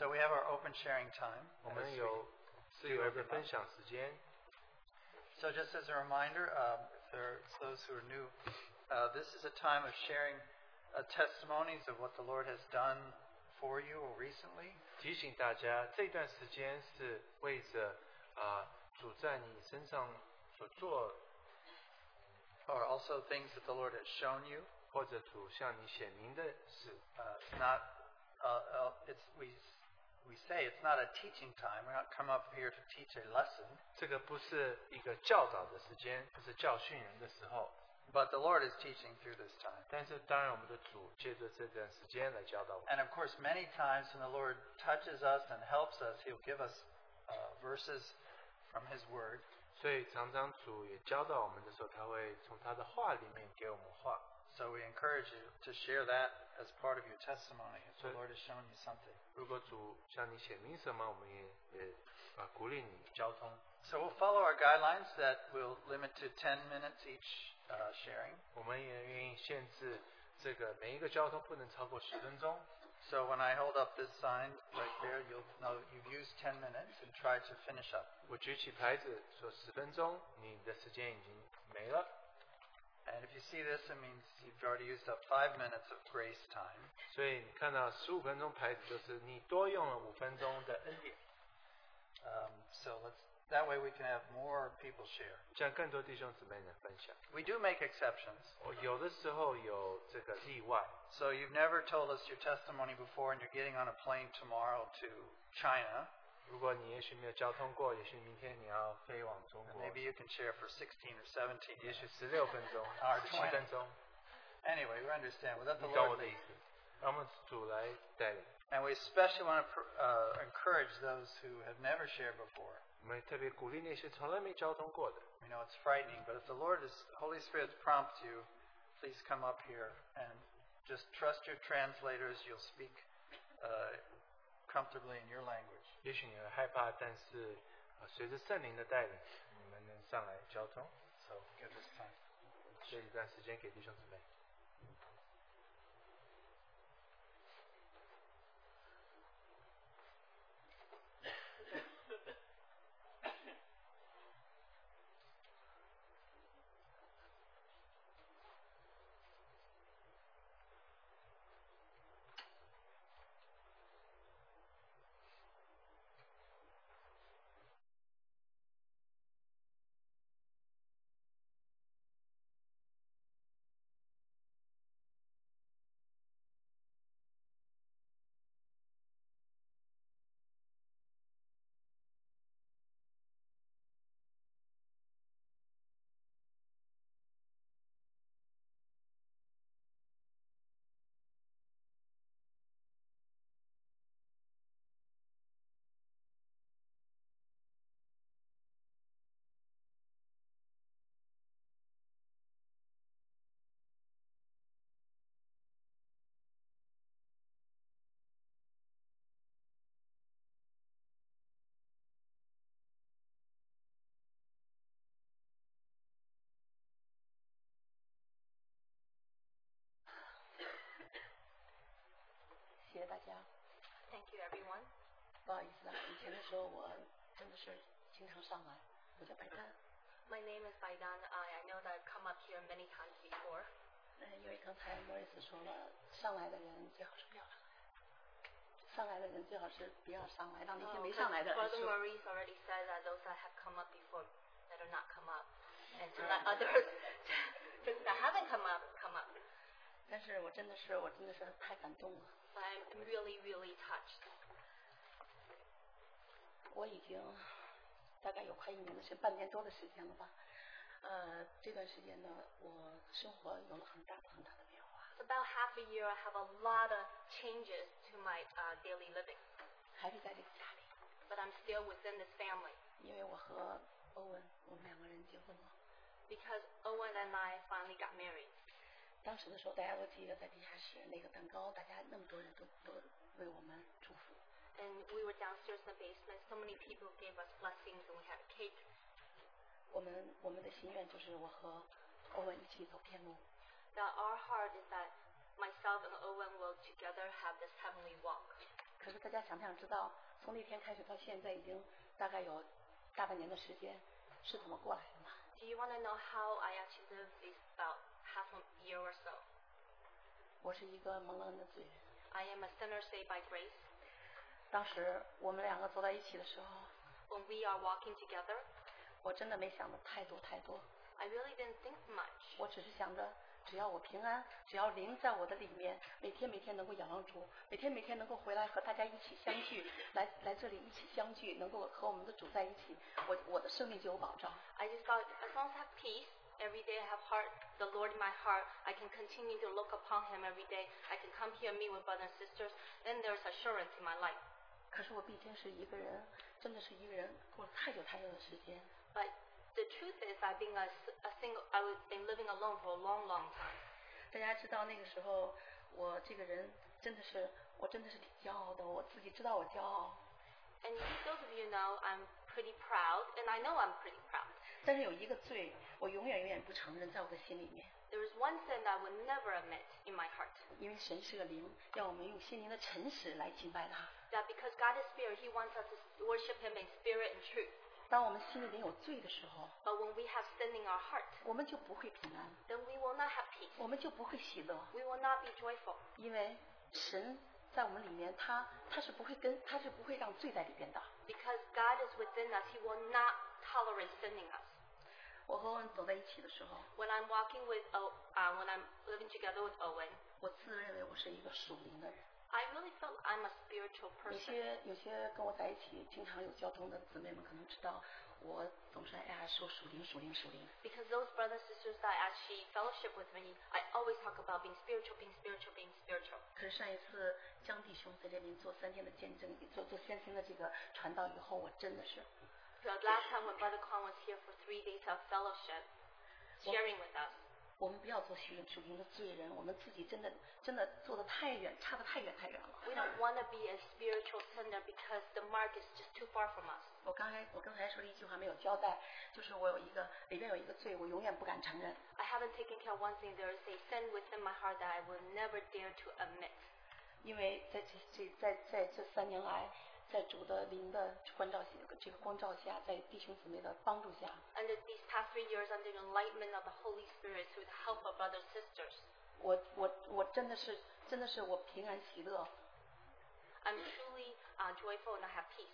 So we have our open sharing time. 我们有自由的分享时间。 So just as a reminder, um, if there are those who are new, uh, this is a time of sharing uh, testimonies of what the Lord has done for you or recently. 提醒大家，这段时间是为着啊、主在你身上所做， or also things that the Lord has shown you. 或者主向你显明的事。 Uh, it's not. Uh, uh, it's we we say it's not a teaching time. We're not come up here to teach a lesson, 这个不是一个教导的时间，不是教训人的时候。 but the Lord is teaching through this time. 但是当然，我们的主借着这段时间来教导我们。 And of course, many times when the Lord touches us and helps us, He'll give us uh, verses from His Word. 所以常常主也教导我们的时候，他会从他的话里面给我们话。 So we encourage you to share that as part of your testimony if the So- Lord has shown you something. 如果主向你显明什么，我们也也啊鼓励你交通。 So we'll follow our guidelines that will limit to 10 minutes each uh, sharing. 我们也愿意限制这个每一个交通不能超过十分钟。 So when I hold up this sign right there, you'll know you've used 10 minutes and tried to finish up. 我举起牌子说十分钟，你的时间已经没了。 And if you see this, it means you've already used up five minutes of grace time. 所以你看到十五分钟牌子，就是你多用了五分钟的恩典， Um, so let's, that way we can have more people share. 这样更多弟兄姊妹能分享。 We do make exceptions. 我有的时候有这个例外， So you've never told us your testimony before and you're getting on a plane tomorrow to China. 如果你也许没有交通过，也许明天你要飞往中 And 国， maybe you can share for 16 or 17. 也许十六分钟 Our、十七分钟， Anyway, we understand. Without the 你懂我 Lord 的意 lead. 思。让我们主来带领， And we especially want to pr- uh, encourage those who have never shared before. 我们特别鼓励那些从来没交通过的。 We know it's frightening, but if the Lord is Holy Spirit prompts you, please come up here and just trust your translators. You'll speak uh, comfortably in your language. 也许你会害怕，但是啊，随着圣灵的带领，你们能上来交通。 So give this time. 这一段时间给弟兄姊妹。谢谢大家。 Thank you, everyone. 不好意思啊，以前的时候我真的是经常上来，我叫白丹。 My name is Baidan. I, I know that I've come up here many times before. 嗯，因为刚才莫里斯说了，上来的人最好是不要上来，上来的人最好是不要上来，让那些 Oh, 没 'cause 上来的人 Brother 说。 Maurice already said that those that have come up before better not come up, and to let others that haven't come up come up. 但是我真的是，我真的是太感动了。 I'm really, really touched. 我已经大概有快一年的是半年多的时间了吧。呃，这段时间呢，我生活有了很大的很大的变化。 It's about half a year. I have a lot of changes to my uh, daily living, 还是在这个家里， but I'm still within this family 因为我和欧文，我们两个人结婚了。 because Owen and I finally got married. 当时的时候，大家都记得在地下室那个蛋糕，大家那么多人都都为我们祝福。 And we were downstairs in the basement. So many people gave us blessings, and we had cake. 我们我们的心愿就是我和欧文一起走天路。 that our heart is that myself and Owen will together have this heavenly walk. 可是大家想不想知道，从那天开始到现在，已经大概有大半年的时间，是怎么过来的吗？ Do you want to know how I actually lived these about half a year or so? 我是一个蒙了恩的罪人。 I am a sinner saved by grace. 当时我们两个走在一起的时候， When we are walking together, 我真的没想的太多太多， I really didn't think much. 我只是想着，只要我平安，只要灵在我的里面，每天每天能够仰望主，每天每天能够回来和大家一起相聚，来来这里一起相聚，能够和我们的主在一起，我我的生命就有保障。 I just thought, as long as I have peace, every day I have heart, the Lord in my heart, I can continue to look upon Him every day. I can come here and meet with brothers and sisters. Then there's assurance in my life. 可是我毕竟是一个人，真的是一个人过了太久太久的时间， But the truth is, I've been a, s- a single. I've been living alone for a long, long time. 大家知道那个时候我这个人真的是我真的是挺骄傲的，我自己知道我骄傲， And those of you know, I'm pretty proud, and I know I'm pretty proud. 但是有一个罪，我永远永远不承认在我的心里面， There is one sin I would never admit in my heart. 因为神是个灵，让我们用心灵的诚实来敬拜他。 That because God is spirit, He wants us to worship Him in spirit and truth. 当我们心里面有罪的时候， But when we have sin in our heart, 我们就不会平安， then we will not have peace. 我们就不会喜乐， We will not be joyful 因为神在我们里面，他他是不会跟他是不会让罪在里边的。 because God is within us. He will not tolerate sin in us. 我和恩走在一起的时候， When I'm walking with, o- uh, when I'm living together with Owen, 我自认为我是一个属灵的人。 I really felt I'm a spiritual 有 person. 些有些跟我在一起经常有交通的姊妹们可能知道，我总是哎呀说属灵属灵属灵。 Because those brothers and sisters that actually fellowship with me, I always talk about being spiritual, being spiritual, being spiritual. 可是上一次江弟兄在这边做三天的见证，做做先生的这个传道以后，我真的是 The last time when Brother Kwan was here for three days of fellowship, sharing with us, 我们不要做属灵属灵的罪人，我们自己真的真的做的太远，差的太远太远了。 we don't want to be a spiritual sinner because the mark is just too far from us. 我刚才我刚才说了一句话没有交代，就是我有一个里边有一个罪，我永远不敢承认。 I haven't taken care of one thing. There is a sin within my heart that I will never dare to admit. 因为在这这在在这三年来，在主的灵的关照下，这个光照下，在弟兄姊妹的帮助下， Under these past three years, under the enlightenment of the Holy Spirit through the help of brothers and sisters, 我我我真的是真的是我平安喜乐。 I'm truly uh, joyful and I have peace.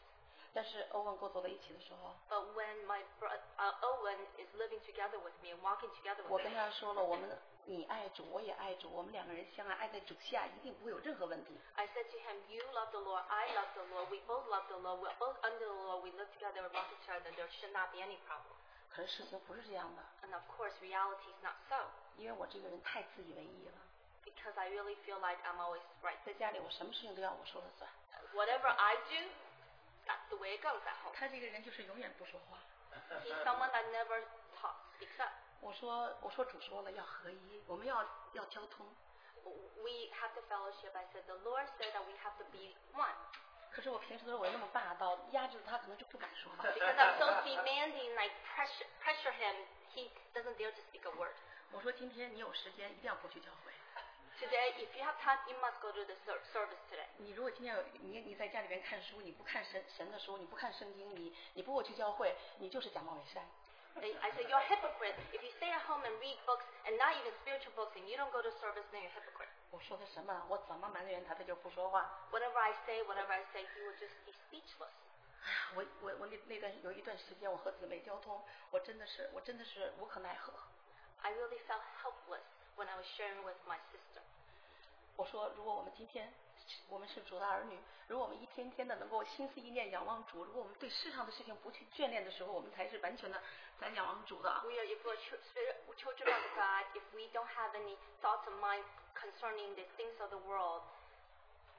但是欧文跟我走在一起的时候， But when my bro- uh, Owen is living together with me and walking together 我 with 跟 me, 他说了，我们你爱主，我也爱主，我们两个人相爱，爱在主下一定不会有任何问题。 I said to him, "You love the Lord, I love the Lord. We both love the Lord. We're both under the Lord. We live together, we walk each other. There should not be any problem." 可是事情不是这样的， And of course, reality is not so 因为我这个人太自以为意了， because I really feel like I'm always right. 在家里我什么事情都要我说了算。 Whatever I do, that's the way it goes at home. 他这个人就是永远不说话。 He's someone that never talks, speaks up. 我说我说主说了要合一，我们要要交通。 We have the fellowship. I said, the Lord said that we have to be one. 可是我平时的时候我又那么霸道，压制他可能就不敢说话。 Because I'm so demanding, like pressure, pressure him, he doesn't dare to speak a word. 我说今天你有时间一定要过去教会。 Today, if you have time, you must go to the ser- service today. 你如果今天有你你在家里边看书，你不看神神的书，你不看圣经，你你不过去教会，你就是假冒伪善。 And I said, you're a hypocrite. If you stay at home and read books, and not even spiritual books, and you don't go to service, then you're a hypocrite. 我说的什么？我怎么埋怨他，他就不说话。 Whatever I say, whatever I say, he will just be speechless. 哎呀，我我我那那段有一段时间，我和姊妹交通，我真的是我真的是无可奈何。 I really felt helpless when I was sharing with my sister. 我说，如果我们今天我们是主的儿女，如果我们一天天的能够心思意念仰望主，如果我们对世上的事情不去眷恋的时候，我们才是完全的在仰望主的。 We are, if we're chil- spirit- we're children of God, if we don't have any thoughts of mind concerning the things of the world,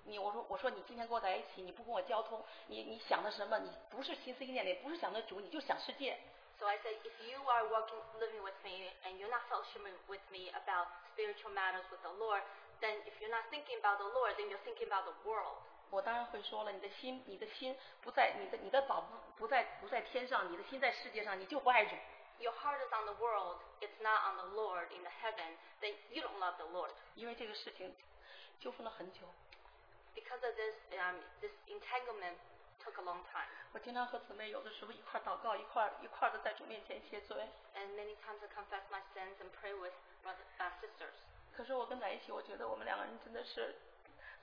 你我说我说你今天跟我在一起，你不跟我交通，你你想的什么？你不是心思意念的，也不是想的主，你就想世界。 So I said, if you are walking, living with me, and you're not fellowshipping with me about spiritual matters with the Lord, then if you're not thinking about the Lord, then you're thinking about the world. 我当然会说了，你的心，你的心不在你的你的宝不不在不在天上，你的心在世界上，你就不爱主。 Your heart is on the world, it's not on the Lord in the heaven, then you don't love the Lord. 因为这个事情纠纷了很久， Because of of this um, this entanglement took a long time. 我经常和姊妹有的时候一块儿祷告，一块儿一块的在主面前谢罪。 And many times I confess my sins and pray with brother, uh, sisters. 可是我跟在一起，我觉得我们两个人真的是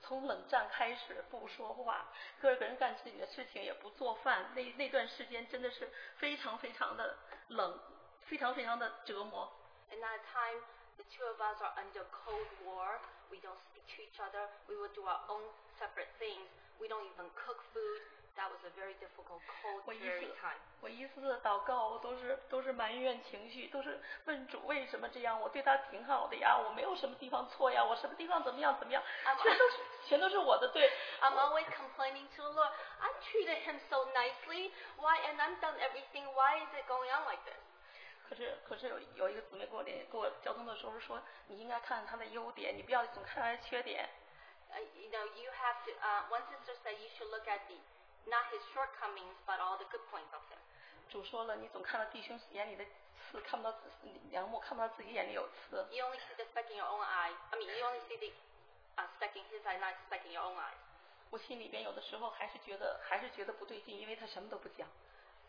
从冷战开始不说话，个个人干自己的事情，也不做饭。那那段时间真的是非常非常的冷，非常非常的折磨。 In that time, the two of us are under cold war. We don't speak to each other. We will do our own separate things. We don't even cook food. That was a very difficult, cold, 我一 dreary 次 time. 我一次次祷告，我都是都是埋怨情绪，都是问主为什么这样？我对他挺好的呀，我没有什么地方错呀，我什么地方怎么样怎么样，全都是全都是我的对。 I'm always complaining to the Lord. I treated him so nicely. Why? And I've done everything. Why is it going on like this? 可是可是有有一个姊妹给我联给我交通的时候说，你应该看他的优点，你不要总看他的缺点。 Uh, you know, you have to. Uh, one sister said you should look at the not his shortcomings, but all the good points of him. 主说了，你总看到弟兄眼里的刺，看不到自梁木看不到自己眼里有刺。 You only see the speck in your own eye. I mean, you only see the uh, speck in his eye, not the speck in your own eyes. 我心里边有的时候还是觉得还是觉得不对劲，因为他什么都不讲。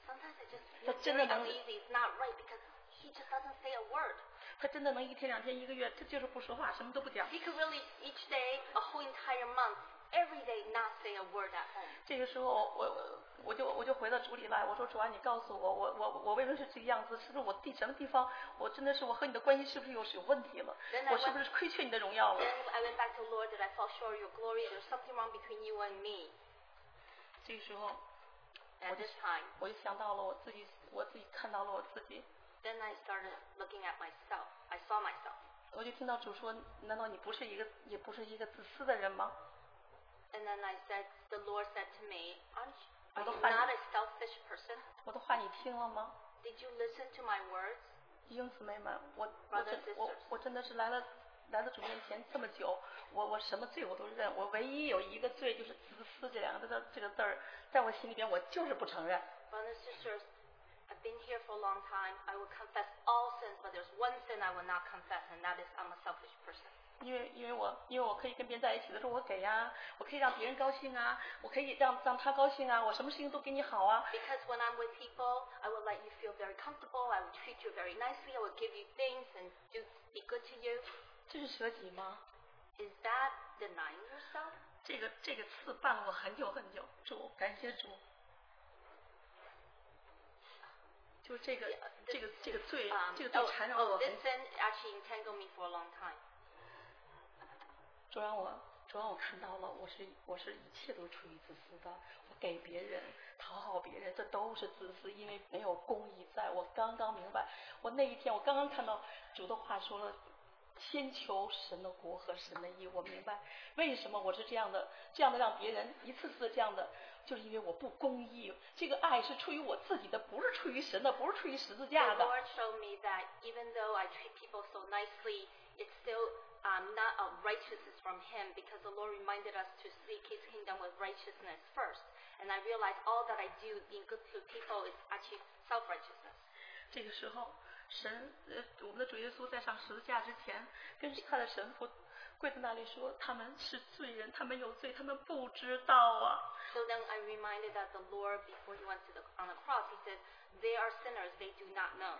Sometimes I just But feel then very another- uneasy. It's not right because he just doesn't say a word. 他真的能一天两天一个月，他就是不说话，什么都不讲。 He could really each day, a whole entire month, every day, not say a word at home. 这个时候我我我就我就回到主里来，我说主啊，你告诉我，我我我为什么是这个样子？是不是我地什么地方，我真的是我和你的关系是不是有有问题了原？来我是问不是亏缺你的荣耀了？ Then I went back to the Lord that I fell short of your glory. There's something wrong between you and me 这个时候 at What this is- time. 我就想到了我自己，我自己看到了我自己， Then I started looking at myself. I saw myself. 我就听到主说，难道你不是一个也不是一个自私的人吗？ And then I said, the Lord said to me, aren't you, are Ano you pa- not a selfish person? 我的话你听了吗？ Did you listen to my words? 弟兄姊妹们，我我 Brothers 真 and 我 sisters 我真的是来了来了主面前这么久，我我什么罪我都认，我唯一有一个罪就是自私这两个字儿这个字儿，在我心里边我就是不承认。 Brothers and sisters, I've been here for a long time. I will confess all sins, but there's one sin I will not confess, and that is I'm a selfish person. 因为因为我因为我可以跟别人在一起的时候我给呀、我可以让别人高兴啊，我可以让让他高兴啊，我什么事情都给你好啊。 Because when I'm with people, I will let you feel very comfortable. I will treat you very nicely. I will give you things and do be good to you. 这是舍己吗？ Is that denying yourself? 这个这个刺绊我很久很久，主感谢主。就这个这个这个罪 Um,，这个 oh, 罪缠绕了 oh, 我很 this 久。 sin actually entangled me for a long time. 主让我，主让我看到了，我是我是一切都出于自私的，我给别人讨好别人，这都是自私，因为没有公义在。我刚刚明白，我那一天我刚刚看到主的话说了。先求神的国和神的义，我明白为什么我是这样的，这样的让别人一次次这样的，就是因为我不公义。这个爱是出于我自己的，不是出于神的，不是出于十字架 The 的。 Lord showed me that even though I treat people so nicely, it's still um, not a righteousness from Him because the Lord reminded us to seek His kingdom with righteousness first. And I realized all that I do being good to people is actually self righteousness. 这个时候，神呃，我们的主耶稣在上十字架之前，跟他的神父跪在那里说：“他们是罪人，他们有罪，他们不知道啊。 So then I reminded that the Lord, before He went to the, on the cross, He said, They are sinners, they do not know. ”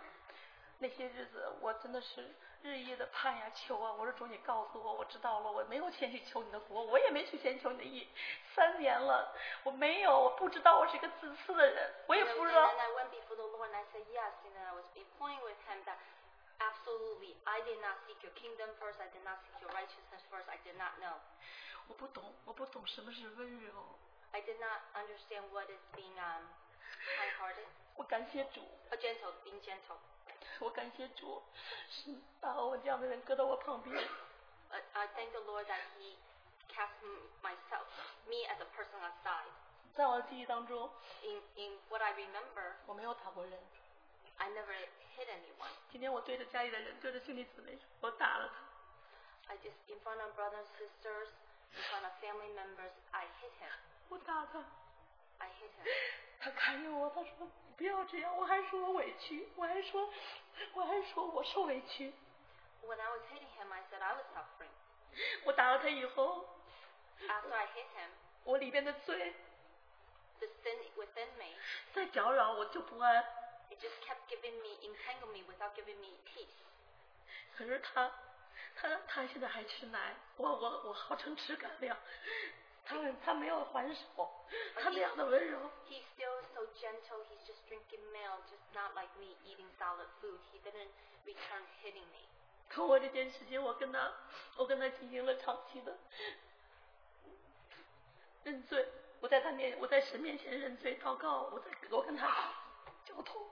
那些日子，我真的是日夜的盼呀求啊！我说主，你告诉我，我知道了，我没有前去求你的国，我也没去前求你的义，三年了，我没有，我不知道我是一个自私的人，我也 And, 不 and 知道 then I went before the Lord and I said yes, and then I was be pointing with him that absolutely I did not seek your kingdom first, I did not seek your righteousness first, I did not know. 我不懂，我不懂什么是温柔。 I did not understand what is being um kind hearted. 我感谢主， A gentle, being gentle. 我感谢主，是把我这样的人搁到我旁边。 Uh, I thank the Lord that He cast m- myself, me as a person aside. 在我的记忆当中， In in what I remember, 我没有打过人。 I never hit anyone. 今天我对着家里的人，对着兄弟姊妹，我打了他。 I just in front of brothers, sisters, in front of family members, I hit him. 我打他， I hit him. 他看着我，他说你不要这样，我还说我委屈，我还说，我还说我受委屈。 When I was hitting him, I said I was suffering. 我打了他以后， After I hit him, 我里边的罪 the sin within me, 再搅扰我就不安。 it just kept giving me, entangling me without giving me peace. 可是他，他他现在还吃奶，我我我号称吃干粮，他他没有还手，他那样的温柔， He's still so gentle. He's just drinking milk, just not like me eating solid food. He didn't return hitting me. 通过这件事情，我跟他我跟他进行了长期的认罪，我在他面我在神面前认罪祷告，我在我跟他交通，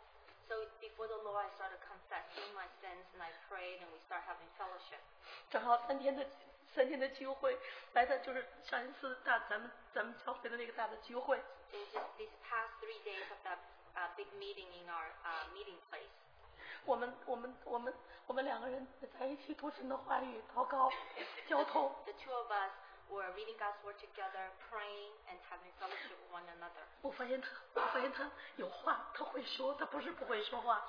So before the Lord, I started confessing my sins and I prayed and we started having fellowship. 正好三天的三天的聚会，来的就是上一次大咱们咱们教会的那个大的聚会， In just these past three days of that uh, big meeting in our uh, meeting place, 我们我们我们我们两个人在一起读神的话语，祷告，交通。 the two of us were reading God's word together, praying and having fellowship with one another. 我发现他，我发现他有话，他会说，他不是不会说话。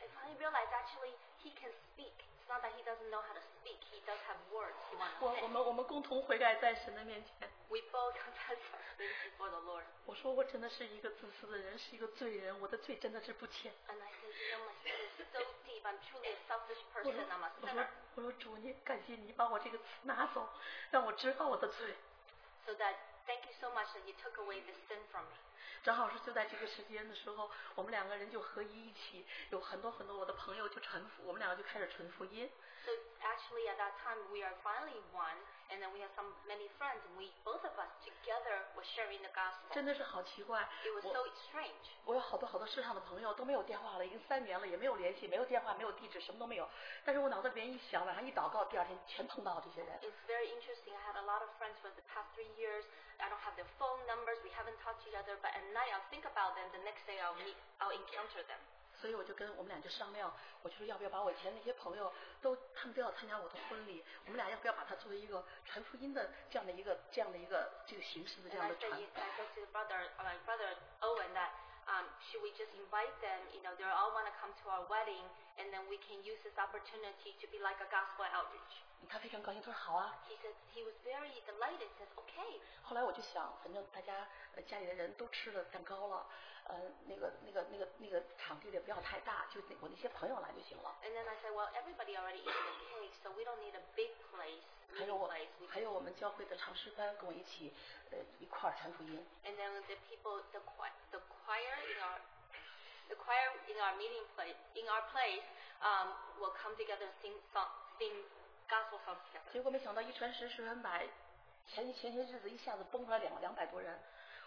I finally realized actually he can speak. It's not that he doesn't know how to speak. He does have words. He wants 我 to 我 say. 们我们共同悔改在神的面前。 We both confess our sins before the Lord. 我说我真的是一个自私的人，是一个罪人，我的罪真的是不浅。 And I said, you know, my sin is so deep. I'm truly a selfish 我说 person. I'm a 我说 sinner. 我说主你感谢你把我这个词拿走，让我知道我的罪。 So that, thank you so much that you took away this sin from me. 正好是就在这个时间的时候，我们两个人就合一一起，有很多很多我的朋友就传福，我们两个就开始传福音。 So actually, at that time, we are finally one, and then we have some many friends, and we both of us together were sharing the 真 gospel. 的是好奇怪， It was 我 so strange. 我有好多好多市场的朋友都没有电话了，已经三年了，也没有联系，没有电话，没有地址，什么都没有。但是我脑子里边一想，晚上一祷告，第二天全碰到了这些人。 It's very interesting. I had a lot of friends for the past three years. I don't have their phone numbers. We haven't talked to each other, but at night I'll think about them. The next day I'll meet, I'll encounter them. 所以我就跟我们俩就商量，我就说要不要把我以前那些朋友都，他们都要参加我的婚礼，我们俩要不要把它作为一个传福音的这样的一个这样的一个这个形式的这 And 样 I 的 said, 传 yes, I said to the brother, uh, my brother Owen, that um, should we just invite them? You know, they all want to come to our wedding, and then we can use this opportunity to be like a gospel outreach. 他非常高兴，他说好啊。 He said he was very delighted. He says, okay. 后来我就想，反正大家呃家里的人都吃了蛋糕了，呃，那个那个那个那个场地也不要太大，就那我那些朋友来就行了。 And then I said, well, everybody already ate the cake, so we don't need a big place, 还 meeting 有我 place. We 还有我们教会的唱诗班跟我一起，呃，一块儿传福音。 And then the people, the choir, the choir in our the choir in our meeting place, in our place, um, will come together and sing song, sing gospel songs together. 结果没想到一传十，十传百，前前些日子一下子蹦出来两两百多人，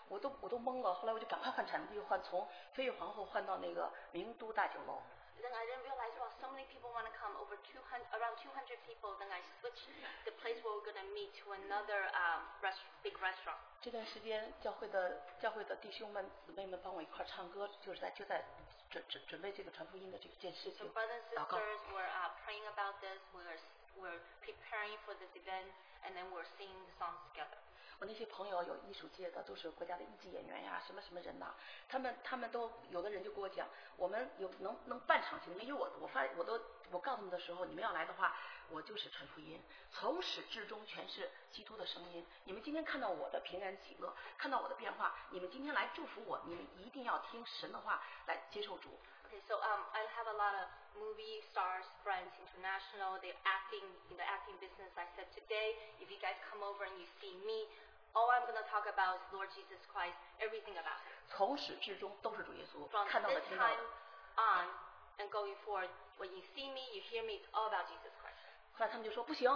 我都我都懵了。后来我就赶快换场地，换从飞越皇后换到那个名都大酒楼。 Then I didn't realize, well, so many people want to come, over 200, around 200 people. Then I switched the place where we're going to meet to another um, rest, big restaurant. 这段时间，教会的教会的弟兄们、姊妹们帮我一块儿唱歌，就是在就在准准准备这个传福音的这件事 So 情。 brothers and 祷告 sisters were uh, praying about this. We were, we're preparing for this event, and then we're singing the songs together. 我那些朋友有艺术界的，都是国家的一级演员呀，什么什么人呐、他们他们都有的人就跟我讲，我们有能能办场戏，因为我我发我都我告诉他们的时候，你们要来的话，我就是传福音，从始至终全是基督的声音。你们今天看到我的平安喜乐，看到我的变化，你们今天来祝福我，你们一定要听神的话来接受主。 Okay, so um, I have a lot of movie stars, friends, international. They're acting in the acting business. I said today, if you guys come over and you see me, all I'm gonna talk about is Lord Jesus Christ. Everything about him. 从始至终都是主耶稣， From 看到的 this 听到的 time。on and going forward, when you see me, you hear me. It's all about Jesus Christ. 后来他们就说不行，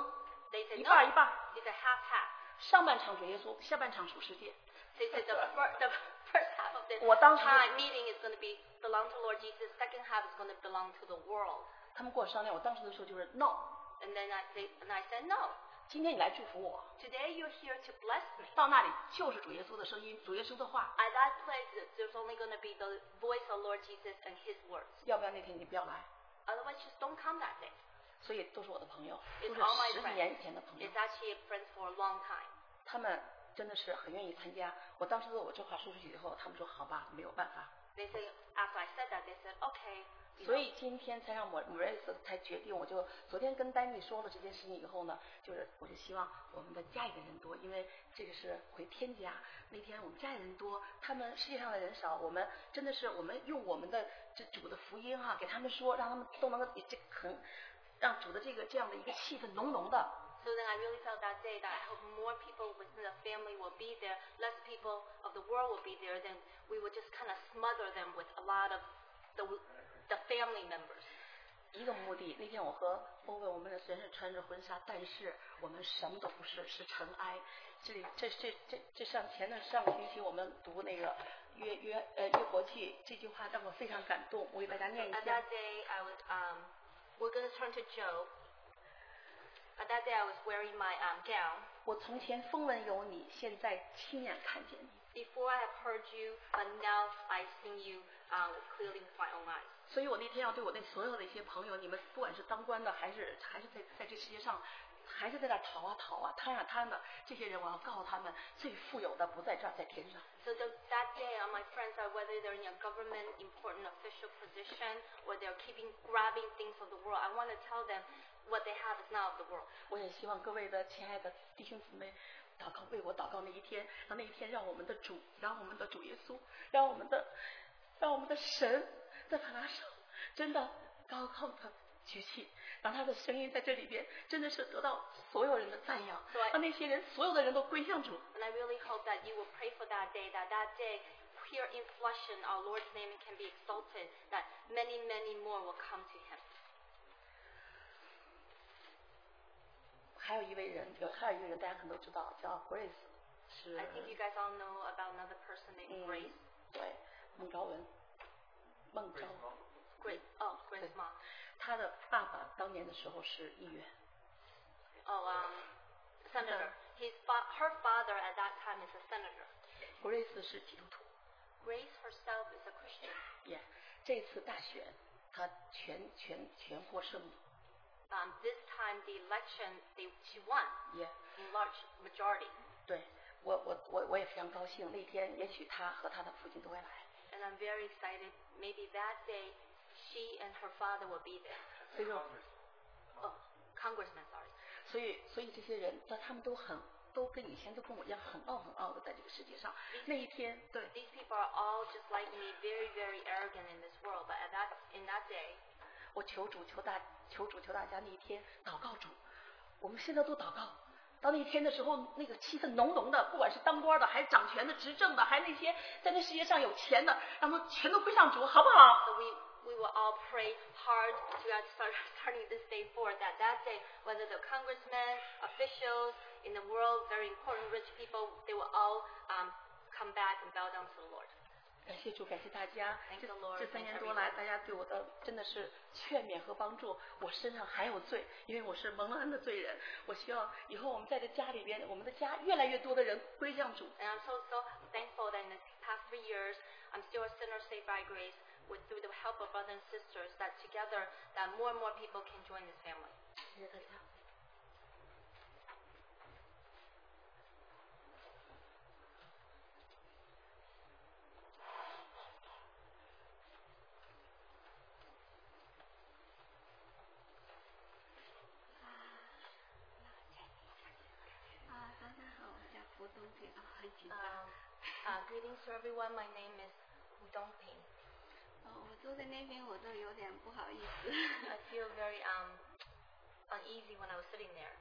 They said 一 no. 半儿一半儿， It's a half half. 上半场主耶稣，下半场属世界。 They said the, fir- the first half of this 我当时- time meeting is gonna be belong to Lord Jesus. Second half is gonna belong to the world. 他们跟我商量，我当时的时候就是 no， And then I they, and I said no. 今天你来祝福我， Today you're here to bless me. 到那里就是主耶稣的声音，主耶稣的话， At that place, there's only going to be the voice of Lord Jesus and His words. 要不然那天你不要来。 Otherwise, just don't come that day. 所以都是我的朋友，都 It's 是 all my 十 friends. 年前的朋友 It's，actually friends for a long time. 他们真的是很愿意参加。我当时我这话说出去以后，他们说好吧，没有办法。 They say after I said that, they said, okay, You 所 know? 以今天才让我 m a r i s 才决定，我就昨天跟丹尼说了这件事情以后呢，就是我就希望我们的家里的人多，因为这个是回天家。那天我们家里人多，他们世界上的人少，我们真的是我们用我们的这主的福音哈、给他们说，让他们都能够这很让主的这个这样的一个气氛浓浓的。 So then I really felt that day that I hope more people within the family will be there, less people of the world will be there, then we will just kind of smother them with a lot of the, the family members. 一个目的。那天我和欧文，我们俩虽然是穿着婚纱，但是我们什么都不是，是尘埃。这里这这这这上前段上个星期我们读那个约约呃约伯记这句话让我非常感动，我给大家念一 At 下 that。day, I was, um, we're going to turn to Job. At that day, I was wearing my um, gown. 我从前风闻有你，现在亲眼看见你。 Before I have heard you, but now I've seen you um, clearly with my own eyes. 所以我那天要对我那所有的一些朋友，你们不管是当官的，还是还是在在这世界上，还是在那儿逃啊逃啊贪啊贪的这些人，我要告诉他们，最富有的不在这儿，在天上。 So the, that day, uh, my friends are whether they're in a government important official position or they're keeping grabbing things of the world. I want to tell them what they have is not of the world. 我也希望各位的亲爱的弟兄姊妹，祷告为我祷告那一天，让那一天让我们的主，让我们的主耶稣，让我们的，让我们的神在法拉盛真的高高的举起，让他的声音在这里边真的是得到所有人的赞扬对，让那些人所有的人都归向主。 And I really hope that you will pray for that day, that that day here in Flushing, our Lord's name can be exalted, that many, many more will come to Him. 还有一位人，有还有一个人，大家可能都知道，叫 Grace，是 I think you guys all know about another person named 嗯 Grace. 对孟昭文，孟昭文， Grace, oh, Grace mom. 他的爸爸当年的时候是议员。 Oh, um, senator. His fa- her father at that time is a senator. Grace 是基督徒。 Grace herself is a Christian. 也、这次大选，他全全全获胜利。 um, this time the election they, she won 也、 in large majority. 对我我我我也非常高兴，那天也许他和他的父亲都会来， And I'm very excited. Maybe that day she and her father will be there. 所以说， Oh, congressman, sorry. 所以所以这些人，那他们都很都跟以前都跟我一样很傲很傲的在这个世界上。那一天，对 These people are all just like me, very, very arrogant in this world. But at that, in that day, 我求主求大求主求大家那一天祷告主，我们现在都祷告。到那一天的时候，那个气氛浓浓的，不管是当官的，还是掌权的、执政的，还那些在这世界上有钱的，让他们全都归上主，好不好？ so we we will all pray hard to God start starting this day forward. That that day, whether the congressmen, officials in the world, very important rich people, they will all um, come back and bow down to the Lord. 感谢主，感谢大家 Thank。这 the Lord, 这三 thank 年多来， everyone. 大家对我的真的是劝勉和帮助。我身上还有罪，因为我是蒙恩的罪人。我希望以后我们在这家里边，我们的家越来越多的人归向主。 And I'm so, so thankful that in the past three years, I'm still a sinner saved by grace with, through the help of brothers and sisters, that together, that more and more people can join this family. 谢谢大啊家。啊，大家好，我叫胡东平啊，很紧张。 Um, uh, greetings to everyone. My name is Hu Dongping. 呃，我坐在那边我都有点不好意思， I feel very um, uneasy when I was sitting there.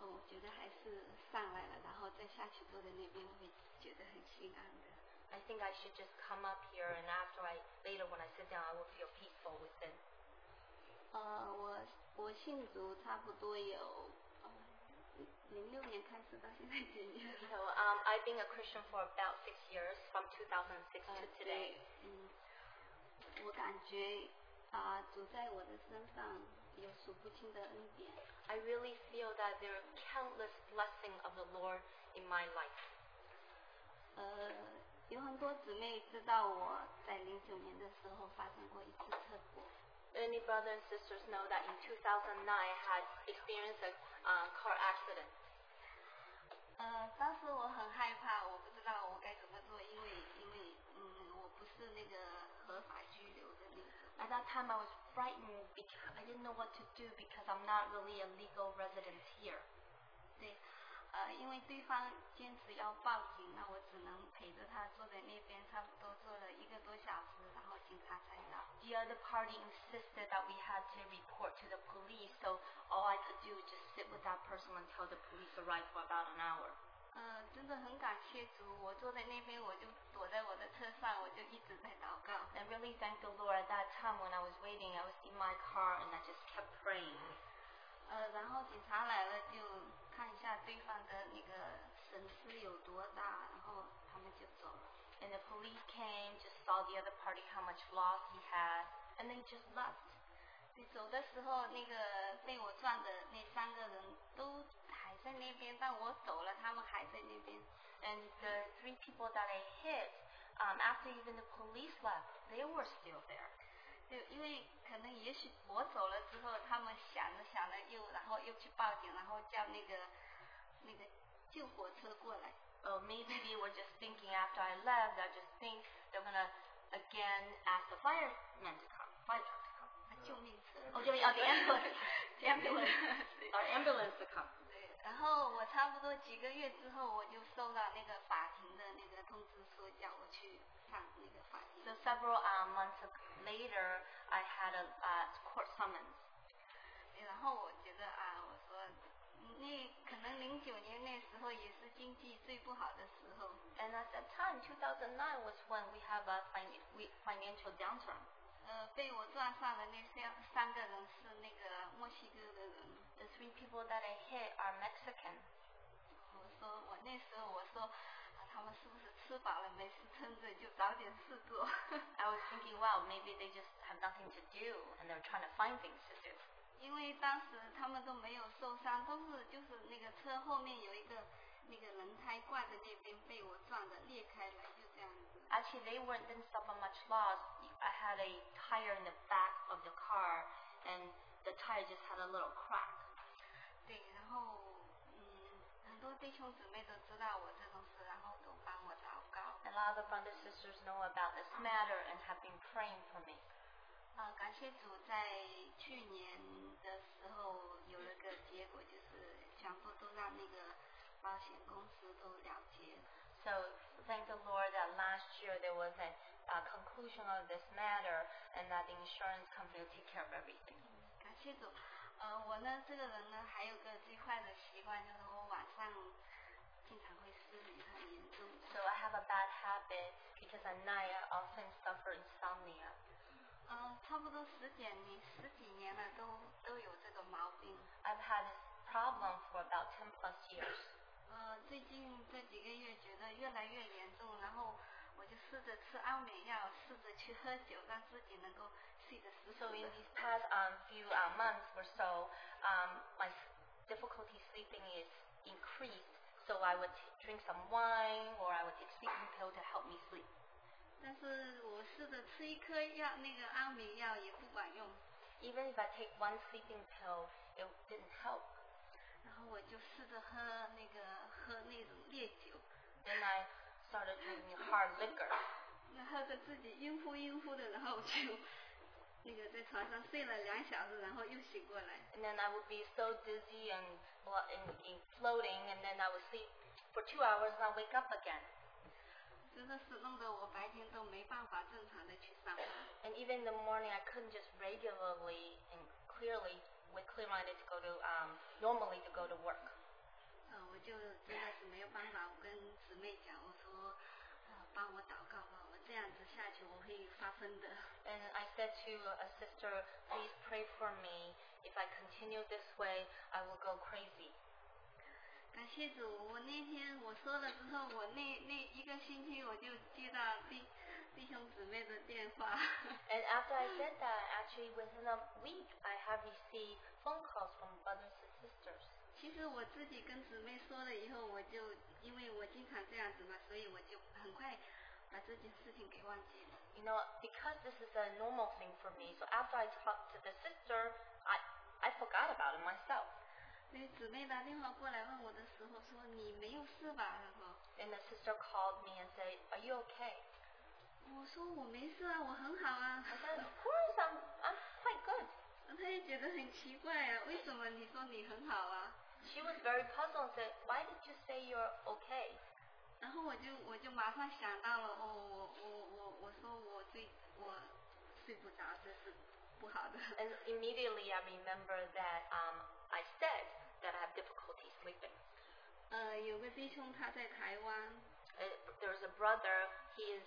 呃我觉得还是上来了，然后再下去坐在那边会觉得很心安的。 I think I should just come up here, and after I later when I sit down, I will feel peaceful within. 呃，我我信主差不多有呃零六年开始到现在几年了。 So um, I've been a Christian for about six years, from 2006 to 呃， today. 对，嗯，我感觉啊、主在我的身上有数不清的恩典。 I really feel that there are countless blessings of the Lord in my life. 呃，有很多姊妹知道我在零九年的时候发生过一次车祸， Many brothers and sisters know that in 2009 I had experienced a uh, car accident. 呃，当时我很害怕，我不知道我该怎么做，因为因为嗯，我不是那个合法拘留的那个， At that that time I was frightened because I didn't know what to do because I'm not really a legal resident here. 对，呃，因为对方坚持要报警，那我只能陪着他坐在那边，差不多坐了一个多小时，然后警察才到。 The other party insisted that we had to report to the police, so all I could do was just sit with that person until the police arrived for about an hour. 呃，真的很感谢主，我坐在那边，我就躲在我的车上，我就一直在祷告。 And I really thank the Lord at that time when I was waiting, I was in my car and I just kept praying. 呃，然后警察来了就看一下对方的那个损失有多大，然后他们就走了。 And the police came, just saw the other party how much loss he had, and they just left. 你走的时候，那个被我撞的那三个人都还在那边，但我走了，他们还在那边。 And the three people that I hit, um, after even the police left, they were still there. 就因为可能也许我走了之后，他们想着想着又然后又去报警，然后叫那个那个救火车过来。 Oh, maybe they were just thinking after I left, I just think they're gonna again ask the firemen to come, fire truck to come. 啊救命车。 Oh, the, uh, the ambulance, the ambulance, our ambulance to come. 对，然后我差不多几个月之后，我就收到那个法庭的那个通知书，叫我去上那个法庭。 So several um, months ac- later, I had a uh, court summons. 对然后我觉得啊，我说那可能零九年那时候也是经济最不好的时候， And at that time, 2009 was when we have a fin- we financial downturn. 呃，被我撞上的那三三个人是那个墨西哥的人。 The three people that I hit are Mexican. 我说我那时候我说、啊他们是不是吃饱了没事撑着就找点事做？ I was thinking, wow, maybe they just have nothing to do and they're trying to find things to do. 因为当时他们都没有受伤，都是就是那个车后面有一个那个轮胎挂在那边，被我撞的裂开了，就这样子。 Actually, they weren't didn't suffer much loss. I had a tire in the back of the car, and the tire just had a little crack. 对，然后嗯，很多弟兄姊妹都知道我这种事，然后都帮我祷告。 And a lot of brothers and sisters know about this matter and have been praying for me. 啊，感谢主，在去年的时候有了个结果，就是全部都让那个保险公司都了解了。 So thank the Lord that last year there was a uh, conclusion of this matter, and that the insurance company will take care of everything. 感啊谢主，呃，我呢这个人呢还有个最坏的习惯，就是我晚上经常会失眠，很严重的。 So I have a bad habit because at night I often suffer insomnia. 嗯，差不多十几年，十几年了都都有这个毛病。 I've had this problem for about 10 plus years. 呃，最近这几个月觉得越来越严重，然后我就试着吃安眠药，试着去喝酒，让自己能够睡得死死 So in 的。 these past um, few uh, months or so, um, my s- difficulty sleeping is increased. So I would t- drink some wine or I would take sleeping pill to help me sleep. 但是我试着吃一颗药，那个安眠药也不管用， Even if I take one sleeping pill, it didn't help. 然后我就试着喝那个喝那种烈酒， Then I started drinking hard liquor. 那喝着自己晕乎晕乎的，然后就那个在床上睡了两小时，然后又醒过来。 And then I would be so dizzy and, blo- and, and floating, and then I would sleep for two hours and I wake up again. 真的是弄得我白天都没办法正常的去上班。 And even in the morning, I couldn't just regularly and clearly, with clear-minded to go to um, normally to go to work. 呃，我就真的是没有办法，我跟姊妹讲，我说，呃，帮我祷告吧，我这样子下去我会发疯的。 And I said to a sister, please pray for me. If I continue this way, I will go crazy. 感谢主，我那天我说了之后，我那那一个星期我就接到弟弟兄姊妹的电话， And after I said that, actually within a week, I have received phone calls from brothers and sisters. 其实我自己跟姊妹说了以后，我就因为我经常这样子嘛，所以我就很快把这件事情给忘记了。 You know, because this is a normal thing for me, so after I talked to the sister, I, I forgot about it myself. 那姊妹打电话过来问我的时候说：“你没有事吧？”然后 And the sister called me and said, are you okay? 我说我没事啊，我很好啊。 I said, of course, I'm, I'm quite good. 他也觉得很奇怪啊，为什么你说你很好啊？ She was very puzzled and said, why did you say you're okay? 然后我就我就马上想到了，哦，我我我我说我最我睡不着，这是不好的。 And immediately I remember that um, I said that I have difficulty sleeping. 呃，有个弟兄他在台湾， Uh, there's a brother, he is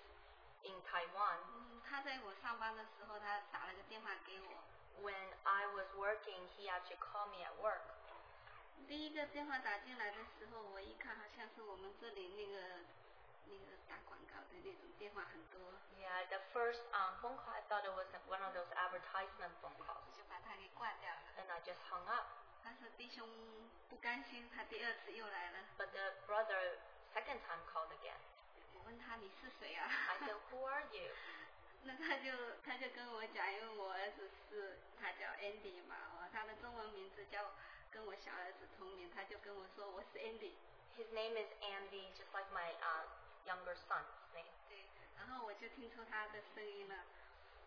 in Taiwan. 嗯，他在我上班的时候，他打了个电话给我。 When I was working, he actually called me at work. 第一个电话打进来的时候，我一看好像是我们这里那个那个打广告的那种电话很多， Yeah, the first um, phone call, I thought it was one of those advertisement phone 我 calls. 就把它给挂掉了。 And I just hung up. 但是弟兄不甘心，他第二次又来了。 But the brother, second time, called again. 我问他你是谁啊？ I said, Who are you? 那他就他就跟我讲，因为我儿子是他叫 Andy 嘛，哦，他的中文名字叫跟我小儿子同名，他就跟我说我是 Andy。 His name is Andy, just like my uh, younger son's name. 对，然后我就听出他的声音了，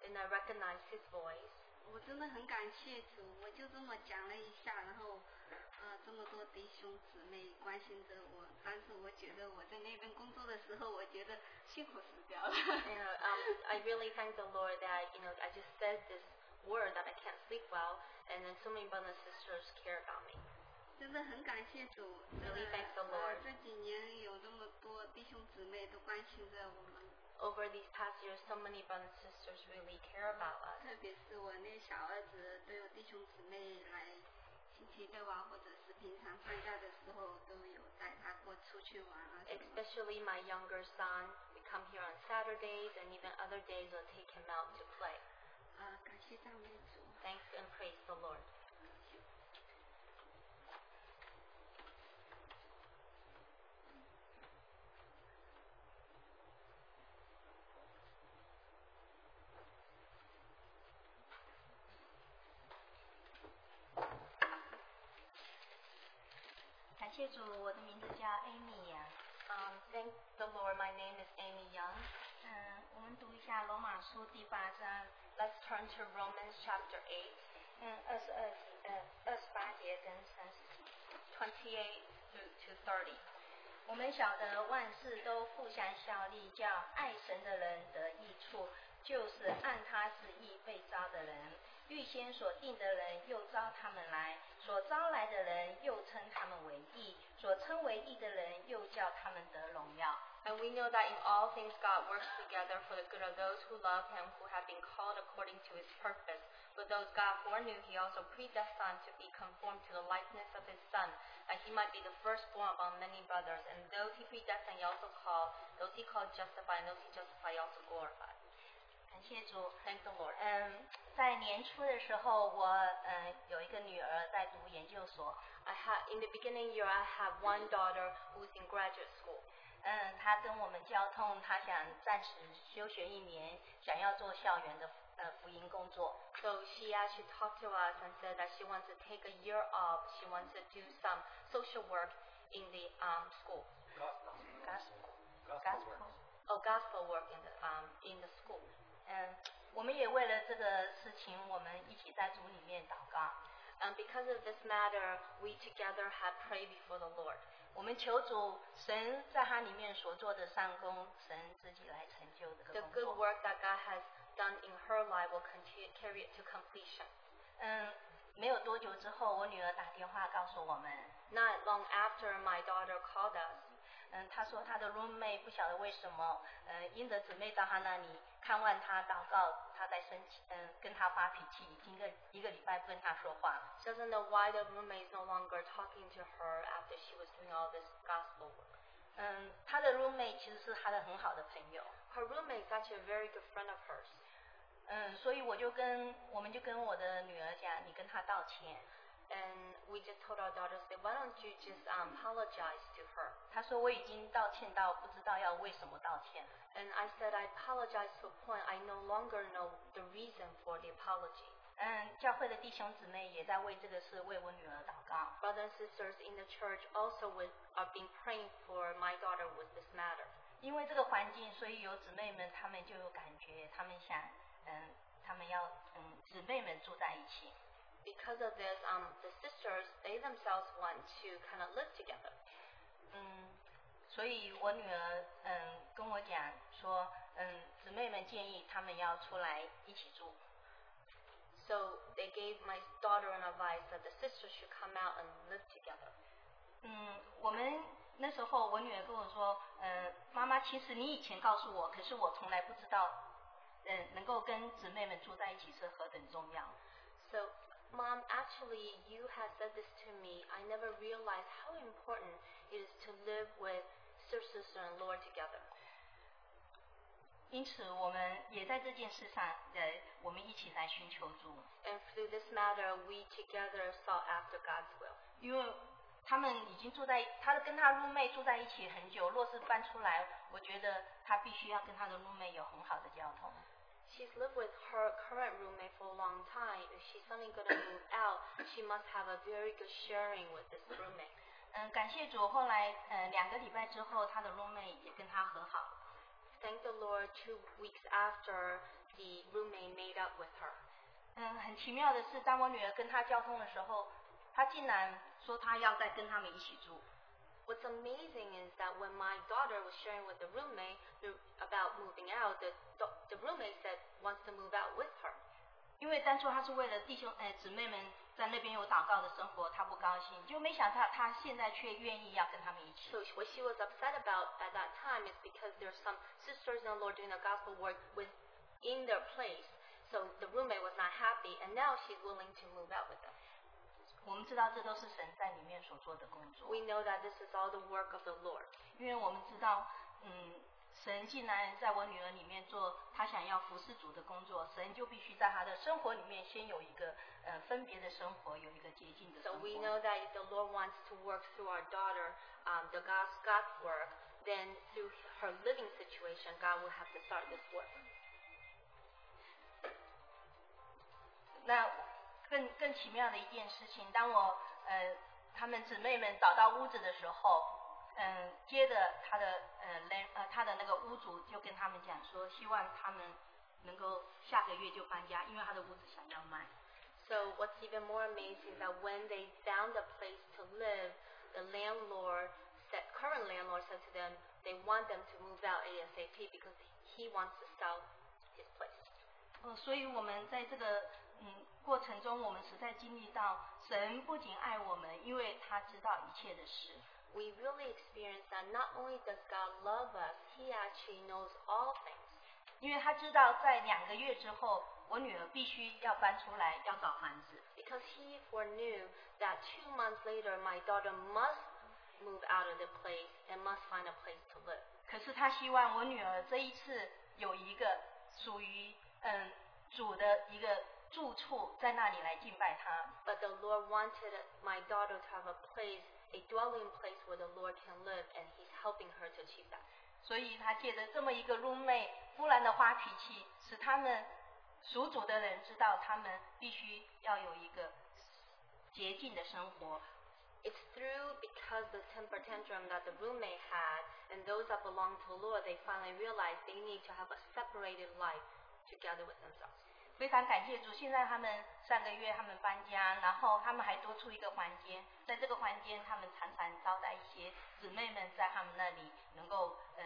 And I recognized his voice. 我真的很感谢主，我就这么讲了一下，然后呃这么多弟兄姊妹关心着我，但是我觉得我在那边工作的时候，我觉得幸福死掉了。 You know, um, I really thank the Lord that, you know, I just said this word that I can't sleep well, and then so many brothers and sisters care about me. 真的很感谢主，真的 Really thank the 呃 Lord. 这几年有这么多弟兄姊妹都关心着我们。 Over these past years, so many brothers and sisters really care about us. 特别是我那小儿子都有弟兄姊妹来星期六啊，或者是平常放假的时候都有带他过出去玩啊什么。 especially my younger son. We come here on Saturdays and even other days we'll take him out to play. 啊，感谢赞美主。 Thanks and praise the Lord. Amy 呀、 Um, thank the Lord. My name is Amy Young. 嗯，我们读一下罗马书第八章， Let's turn to Romans chapter 8, 嗯，二十二节，呃，二十八节跟三十节。 28 through to 30. 我们晓得万事都互相效力，叫爱神的人得益处，就是按他旨意被招的人。预先所定的人又招他们来，所招来的人又称他们为义，所称为义的人又叫他们得荣耀。 And we know that in all things God works together for the good of those who love him, who have been called according to his purpose. But those God foreknew, he also predestined to be conformed to the likeness of his Son, that he might be the firstborn among many brothers. And those he predestined, he also called. Those he called, justified. And those he justified, he also glorified. 感谢主， Thank the Lord. 嗯，在年初的时候，我嗯有一个女儿在读研究所， I had in the beginning year, I have one daughter who's in graduate school. 嗯，她跟我们交通，她想暂时休学一年，想要做校园的呃福音工作。 So she actually talked to us and said that she wants to take a year off. She wants to do some social work in the um, school. Gospel Gospel work. Oh, gospel work in the um in the school. 嗯，我们也为了这个事情，我们一起在组里面祷告， And because of this matter, we together have prayed before the Lord. 我们求主神在她里面所做的善功，神自己来成就这 The 个 good 工作。 work that God has done in her life will continue carry it to completion. 嗯，没有多久之后，我女儿打电话告诉我们， Not long after my daughter called us, 嗯，她说她的 roommate 不晓得为什么，呃，英德姊妹到她那里看望她、祷告，她在生气，嗯、跟她发脾气，已经一个一个礼拜不跟她说话。 she doesn't know why the roommate is no longer talking to her after she was doing all this gospel work. 嗯，她的 roommate 其实是她的很好的朋友， Her roommate is actually a very good friend of hers. 嗯，所以我就跟我们就跟我的女儿讲，你跟她道歉。 And we just told our daughter, say, why don't you just um, apologize to her? 她说我已经道歉到不知道要为什么道歉了。 And I said, I apologize to a point I no longer know the reason for the apology. 嗯，教会的弟兄姊妹也在为这个事为我女儿祷告。 Brothers and sisters in the church also with, are being praying for my daughter with this matter. 因因为这个环境，所以有姊妹们，她们就有感觉，她们想，嗯，她们要，嗯，姊妹们住在一起。 Because of this, um, the sisters they themselves want to kind of live together. 嗯，所以我女儿嗯跟我讲说，嗯，姊妹们建议她们要出来一起住。 So they gave my daughter an advice that the sisters should come out and live together. 嗯，我们那时候我女儿跟我说，呃，妈妈，其实你以前告诉我，可是我从来不知道，嗯、能够跟姊妹们住在一起是何等重要。 So, mom, actually, you have said this to me. I never realized how important it is to live with your sister and Lord together. 因此，我们也在这件事上，呃，我们一起来寻求主， And through this matter, we together sought after God's will. 因为他们已经住在他跟他 roommate 住在一起很久，若是搬出来，我觉得他必须要跟他的 roommate 有很好的交通。 She's lived with her current roommate for a long time. If she's suddenly going to move out, she must have a very good sharing with this roommate. 嗯，感谢主，后来呃两个礼拜之后，他的 roommate 也跟他和好了。 Thank the Lord, two weeks after, the roommate made up with her. 嗯，很奇妙的是，当我女儿跟他交通的时候，他竟然说他要再跟他们一起住。 What's amazing is that when my daughter was sharing with the roommate the- about moving out, the, the, the roommate said wants to move out with her. 因为当初他是为了弟兄呃姊妹们在那边有祷告的生活，他不高兴，就没想到他现在却愿意要跟他们一起 So。sh- what she was upset about at that time is because there's some sisters in the Lord doing the gospel work within their place. So the roommate was not happy, and now she's willing to move out with them. 我们知道这都是神在里面所做的工作， We know that this is all the work of the Lord 因为我们知道，嗯，神既然在我女儿里面做他想要服侍主的工作，神就必须在她的生活里面先有一个呃分别的生活，有一个洁净的生 So 活。 we know that if the Lord wants to work through our daughter, um, the God's God work, then through her living situation, God will have to start this work. 那更更奇妙的一件事情，当我呃她们姊妹们找到屋子的时候，嗯、接着她的呃人呃她的那个屋主就跟他们讲说，希望他们能够下个月就搬家，因为他的屋子想要卖。 So what's even more amazing is that when they found a place to live, the landlord, said, current landlord, said to them they want them to move out ASAP because he wants to sell his place. 呃，所以我们在这个嗯过程中，我们实在经历到神不仅爱我们，因为他知道一切的事。 We really experience that not only does God love us, He actually knows all things. 因为他知道，在两个月之后，我女儿必须要搬出来，要找房子。 because he foreknew that two months later my daughter must move out of the place and must find a place to live. 可是他希望我女儿这一次有一个属于嗯主的一个住处，在那里来敬拜他。 But the Lord wanted my daughter to have a place, a dwelling place where the Lord can live, and He's helping her to achieve that. 所以他借着这么一个 roommate 忽然的发脾气，使他们属主的人知道，他们必须要有一个洁净的生活。 It's through because the temper tantrum that the roommate had and those that belong to the Lord, they finally realized they need to have a separated life together with themselves. 非常感谢主，现在他们上个月他们搬家，然后他们还多出一个环间，在这个环间他们常常招待一些姊妹们在他们那里能够呃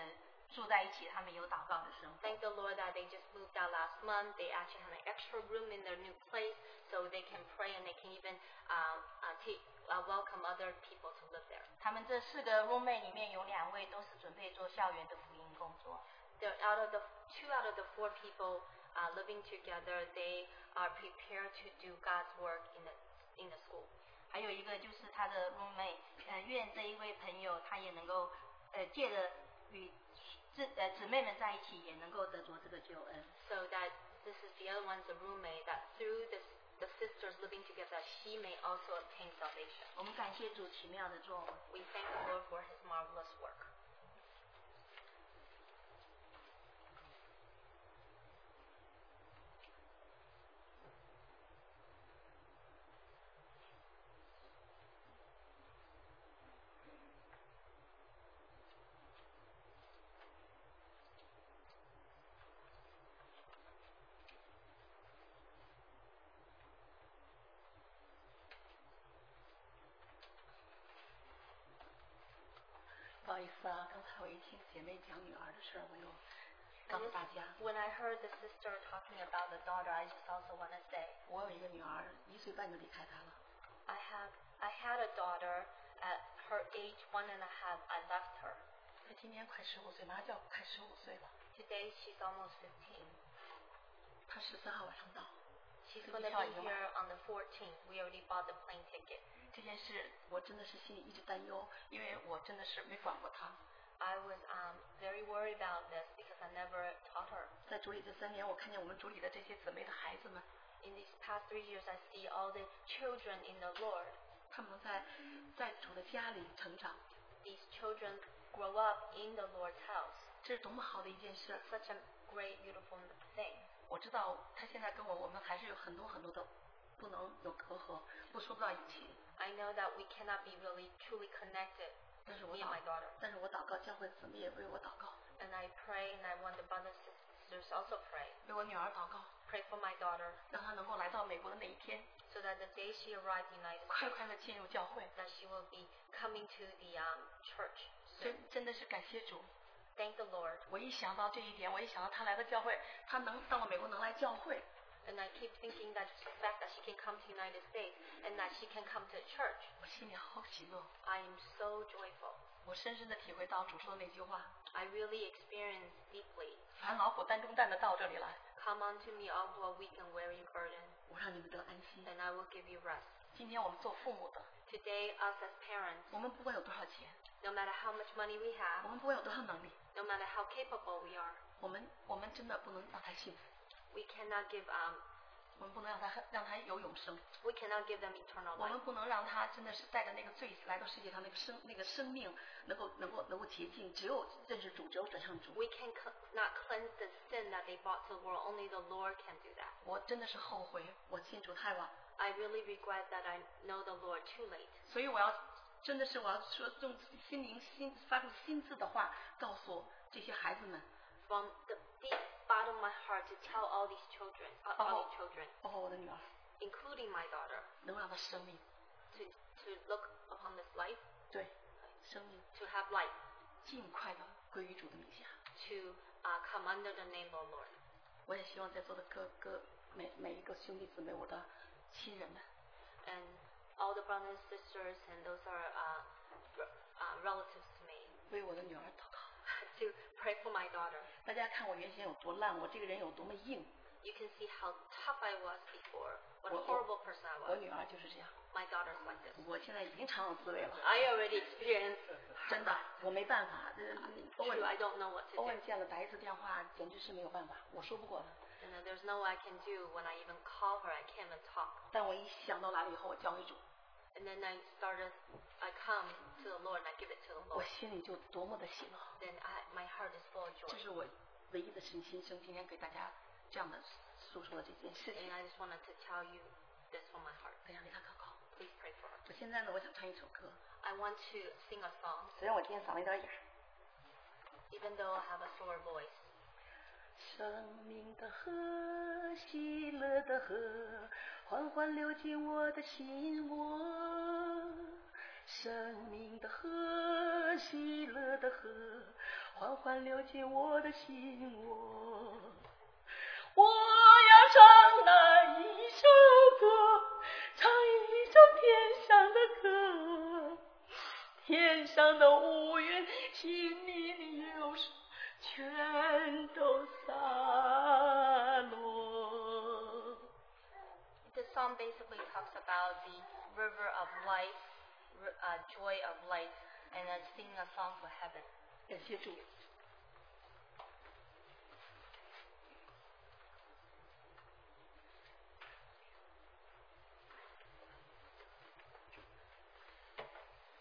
住在一起，他们有祷告的生活。 Thank the Lord that they just moved out last month. They actually have an extra room in their new place, so they can pray and they can even um, uh, take, uh, welcome other people to live there. 他们这四个 roommate 里面有两位都是准备做校园的福音工作。 They're out of the two out of the four people uh, living together. They are prepared to do God's work in the in the school. 还有一个就是他的 roommate，呃，愿这一位朋友他也能够，呃，借着与姊呃姊妹们在一起，也能够得着这个救恩。 So that this is the other one's a roommate that through this the sisters living together, she may also obtain salvation. 我们感谢主奇妙的作为。 We thank the Lord for His marvelous work. 嗯，意思啊，刚才我一听姐妹讲女儿的事儿，我又告诉大家， When I heard the sister talking about the daughter, I just also want to say 我有一个女儿，一岁半就离开她了。 I have I had a daughter at her age one and a half. I left her. 她今年快十五岁，马上就要快十五岁了。 Today she's almost 15. 她十三号晚上到。 She's 这 going 个 to 票 be 已经买 here 了 on the 14th. We already bought the plane ticket. 这件事我真的是心里一直担忧，因为我真的是没管过她。 I was um, very worried about this because I never taught her. 在主里这三年，我看见我们主里的这些姊妹的孩子们， In these past three years, I see all the children in the Lord. 他们在在主的家里成长， These children grow up in the Lord's house. 这是多么好的一件事！ Such a great, beautiful thing. 我知道她现在跟我，我们还是有很多很多的不能有隔阂，不说不到一起。 I know that we cannot be really truly connected, 但是我 me 祷 and my daughter. 但是我祷告，教会姊妹也为我祷告， And I pray, and I want the brothers and sisters also pray. 为我女儿祷告， Pray for my daughter 让她能够来到美国的那一天， so that the day she arrives in the United 快 States, 快的进入教会。 that she will be coming to the um, church 真 soon. 真的是感谢主！ Thank the Lord. 我一想到这一点，我一想到她来到教会，她能到了美国能来教会， And I keep thinking that the fact that she can come to United States and that she can come to church, 我心里好喜乐。 I am so joyful. 我深深的体会到主说的那句话 I really experience deeply.：“ 凡劳苦担重担的到这里来， Come unto me, all who are weak and weary burden, 我让你们得安息。 and I will give you rest. ”今天我们做父母的， Today, us as parents, 我们不管有多少钱， no matter how much money we 我 have, 们不管有多少能力， no matter how capable we are, 我们我们真的不能让他幸福， we cannot give um, 我们不能让他让他有永生， we cannot give them eternal 我们 life. 不能让他真的是带着那个罪来到世界上，那个生那个生命能够能够能够洁净，只有认识主，只有转向主。 We can cl- not cleanse the sin that they brought to the world. Only the Lord can do that. 我真的是后悔，我信主太晚， I really regret that I know the Lord too late. 所以我要真的是我要说用心灵心发出心字的话，告诉这些孩子们， From the deep bottom of my heart to tell all these children, uh, all these children, 包括我的女儿， including my daughter, 能让她生命， to to look upon this life, 对，生命 to have life, 尽快的归于主的名下。 to uh, come under the name of the Lord. 我也希望在座的各各每每一个兄弟姊妹，我的亲人们， and all the brothers and sisters, and those are uh, r- uh, relatives to me, 为我的女儿祷告。 to pray for my daughter. 大家看我原先有多烂，我这个人有多么硬， You can see how tough I was before, what a Well, horrible person I 我 was. 女儿就是这样。 My daughter's like this. 我现在已经尝到滋味了， I already experienced 真的，我没办法。呃欧 true, 文 I，don't know what to 欧 do. 文见了打一次电话，简直是没有办法，我说不过他。 And then there's no I can do when I even call her, I can't even talk. 但我一想到来了以后，我交给主， And then I started, I come to the Lord and I give it to the 我 Lord. 心里就多么的喜乐。 Then I, my heart is full of 这 joy. 是我唯一的身心声，今天给大家这样的诉说了这件事 And 情。 I just wanted to tell you this from my heart. 大家为他祷告。 Please pray for her. 我现在呢，我想唱一首歌， I want to sing a song. 虽然我今天嗓子有点哑。 even though I have a sore voice. 生命的河，喜乐的河，缓缓流进我的心窝。生命的河，喜乐的河，缓缓流进我的心窝。我要唱那一首歌，唱一首天上的歌。天上的乌云，心里的忧伤，全都洒落。 The song basically talks about the river of life, r- uh, joy of life, and then singing a song for heaven. 感谢主，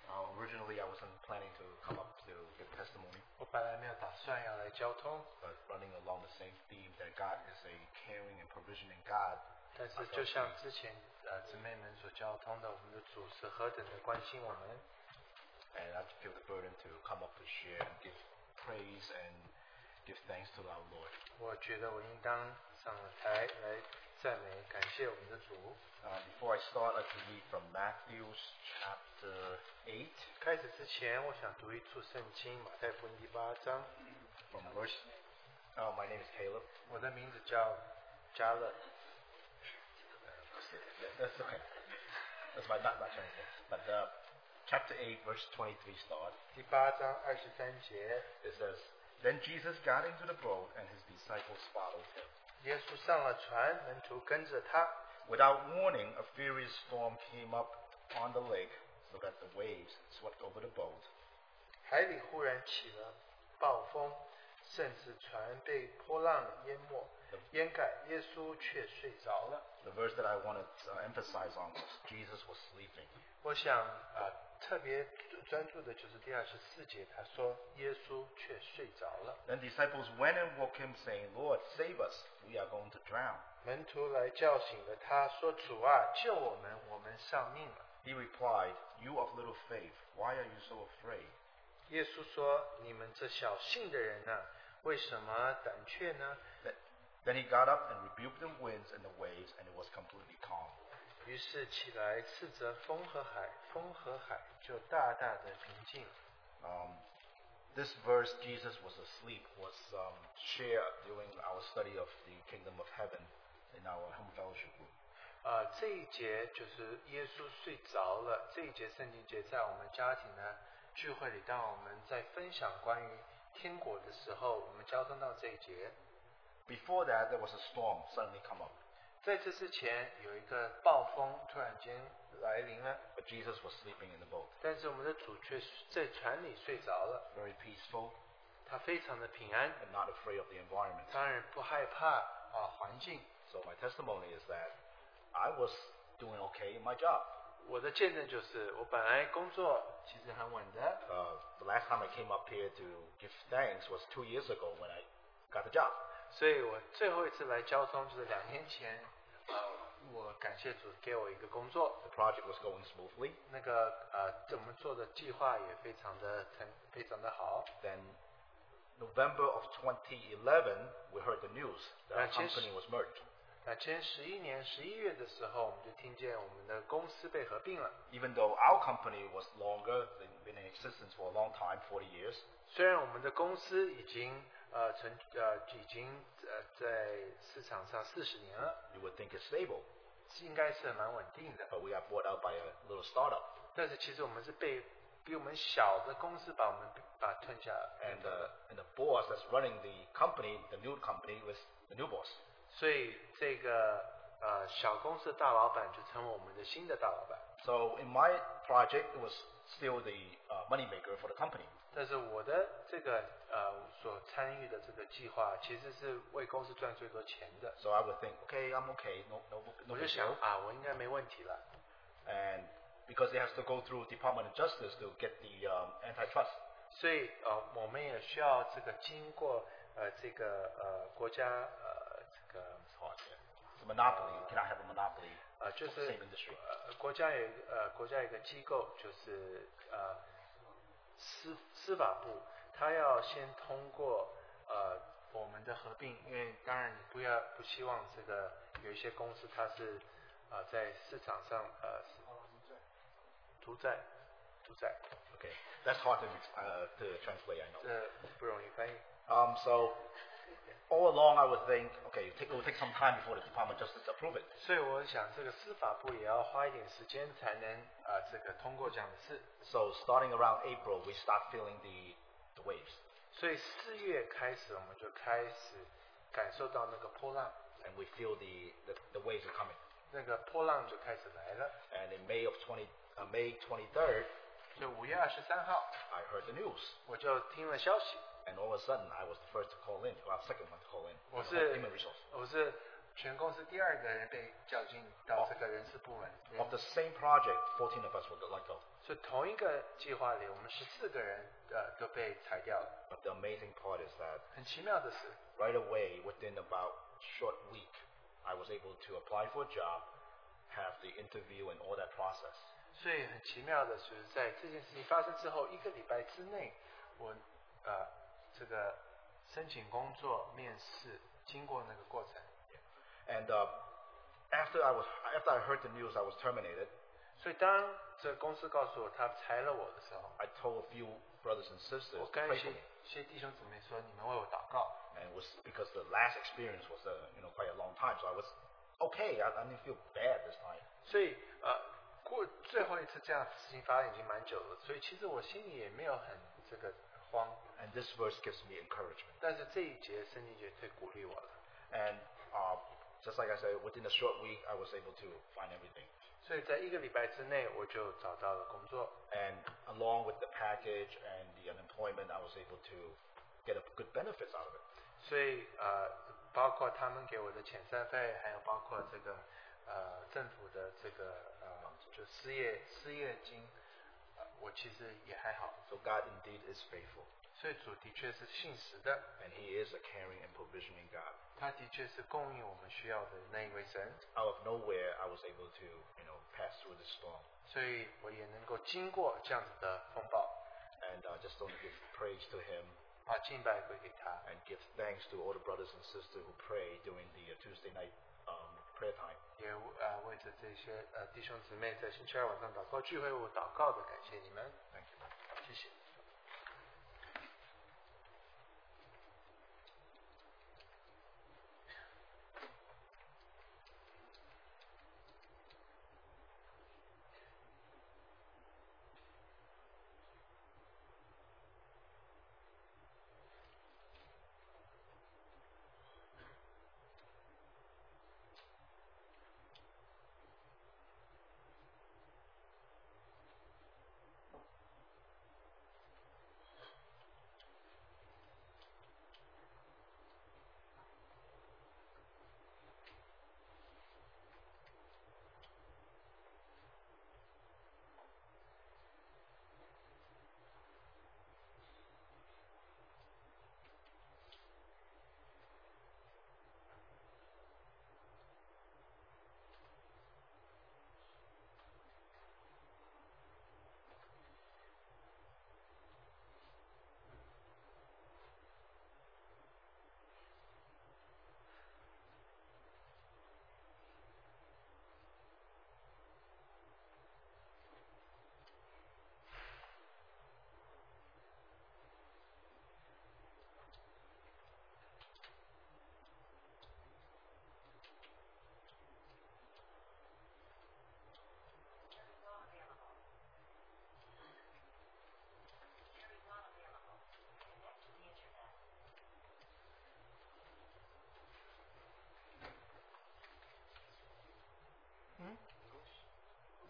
Uh, originally, I wasn't planning to come up to give testimony, 我本来没有打算要来交通， but running along the same theme that God is a caring and provisioning God. 但是就像之前呃姊妹们所交通的，我们的主是何等的关心我们， And I feel the burden to come up to share and give praise and give thanks to our Lord. 我觉得我应当上了台来呃赞美感谢我们的主。 Uh, before I start, I'd like to read from Matthew chapter 8, 开始之前，我想读一处圣经《马太福音》第八章。 from verse. Oh, my name is Caleb. 我的名字叫加勒， That's okay. That's my not my translation. But uh, chapter 8, verse 23 start. 第八章二十三节， It says, Then Jesus got into the boat, and his disciples followed him. 耶稣上了船，门徒跟着他。 Without warning, a furious storm came up on the lake, so that the waves swept over the boat. 海里忽然起了暴风，甚至船被波浪淹没淹盖，耶稣却睡着了。 The verse that I want to uh, emphasize on was Jesus was sleeping. 我想啊、呃特别专注的就是第二十四节，他说耶稣却睡着了。 Then disciples went and woke him, saying, Lord, save us. We are going to drown. 门徒来叫醒了他，说：“主啊，救我们，我们丧命了。 He replied, You of little faith, why are you so afraid? ”耶稣说：“你们这小信的人呢、为什么胆怯呢 Th- Then he got up and rebuked the winds and the waves, and it was completely calm.？” 于是起来斥责风和海，风和海就大大的平静了。 Um, this verse, Jesus was asleep, was um, shared during our study of the kingdom of heaven in our home fellowship group. 啊、这一节就是耶稣睡着了。这一节圣经节在我们家庭呢聚会里，当我们在分享关于天国的时候，我们交通到这一节。 Before that, there was a storm suddenly come up, 在这之前，有一个暴风突然间来临了， but Jesus was sleeping in the boat, 但是我们的主却在船里睡着了， very peaceful 他非常的平安， and not afraid of the environment. 当然不害怕啊环境。 So my testimony is that I was doing okay in my job. 我的见证就是，我本来工作其实很稳的， Uh, the last time I came up here to give thanks was two years ago when I got the job. 所以我最后一次来交通是两年前，呃，我感谢主给我一个工作， The project was going smoothly. 那个呃怎么做的计划也非常的成非常的好， Then November of 2011, we heard the news that our That's just- company was merged. 两千十一年十一月的时候，我们就听见我们的公司被合并了。 Even though our company was longer, they've been in existence for a long time, 40 years, 虽然我们的公司已经呃成呃已经呃在市场上四十年了， you would think it's stable, 应该是蛮稳定的， but we got bought out by a little startup. 但是其实我们是被比我们小的公司把我们把吞下来。 And, uh, and the boss that's running the company, the new company, was the new boss. 所以这个呃小公司的大老板就成为我们的新的大老板， So in my project, it was still the uh, moneymaker for the company. 但是我的这个呃所参与的这个计划其实是为公司赚最多钱的， So I would think, okay, I'm okay, no, no, no 我就 big 想 deal. 啊我应该没问题了， And because it has to go through Department of Justice to get the um, antitrust. 所以呃我们也需要这个经过呃这个呃国家呃这个 It's a monopoly. You cannot have a monopoly. 呃就 of 是 the same industry. 呃国家有一个呃国家有一个机构就是呃司司法部，他要先通过呃我们的合并，因为当然你不要不希望这个有一些公司它是呃在市场上呃独占独占， Okay, that's hard to uh, to translate. I know. 这不容易翻译。 Um, so all along, I would think, okay, it take- it will take some time before the Department of Justice approve it. 所以我想，这个司法部也要花一点时间才能呃这个通过这样的事。 So starting around April, we start feeling the the waves, 所以四月开始，我们就开始感受到那个波浪， and we feel the the, the waves are coming. 那个波浪就开始来了。 And in May of 20 uh, May 23rd, 就五月二十三号， I heard the news, 我就听了消息， and all of a sudden, I was the first to call in, well, second one to call in. 我 uh, 是 human resource 我是全公司第二个人被叫进到这个人事部门， of the same project. 14 of us were let go. 所以同一个计划里，我们十四个人呃都被裁掉了。 But the amazing part is that 很奇妙的是， right away, within about short week, I was able to apply for a job, have the interview, and all that process. 所以很奇妙的是，在这件事情发生之后一个礼拜之内，我呃这个申请工作、面试，经过那个过程。 And uh, after I was after I heard the news I was terminated, 所以当这公司告诉我他裁了我的时候， I told a few brothers and sisters 我 to 跟 pray 一些 for me. 一些弟兄姊妹说，你们为我祷告。 And it was because the last experience was uh, you know quite a long time, so I was okay. I, I didn't feel bad this time. 所以呃，过最后一次这样的事情发生已经蛮久了，所以其实我心里也没有很这个慌。 And this verse gives me encouragement. 但是这一节圣经节最鼓励我了， And uh, just like I said, within a short week, I was able to find everything. 所以在一个礼拜之内我就找到了工作， And along with the package and the unemployment, I was able to get a good benefits out of it. 所以呃，包括他们给我的遣散费，还有包括这个呃政府的这个呃就失业失业金、呃，我其实也还好。 So God indeed is faithful, 所以主的确是信实的， and He is a caring and provisioning God. 他的确是供应我们需要的那一位神， Out of nowhere, I was able to you know pass through this storm. 所以我也能够经过这样子的风暴， And uh, just want to give praise to Him 把敬拜归给他， and give thanks to all the brothers and sisters who pray during the uh, Tuesday night um, prayer time. 也呃为着这些呃弟兄姊妹在星期二晚上祷告聚会我祷告的，感谢你们， Thank you. 谢谢。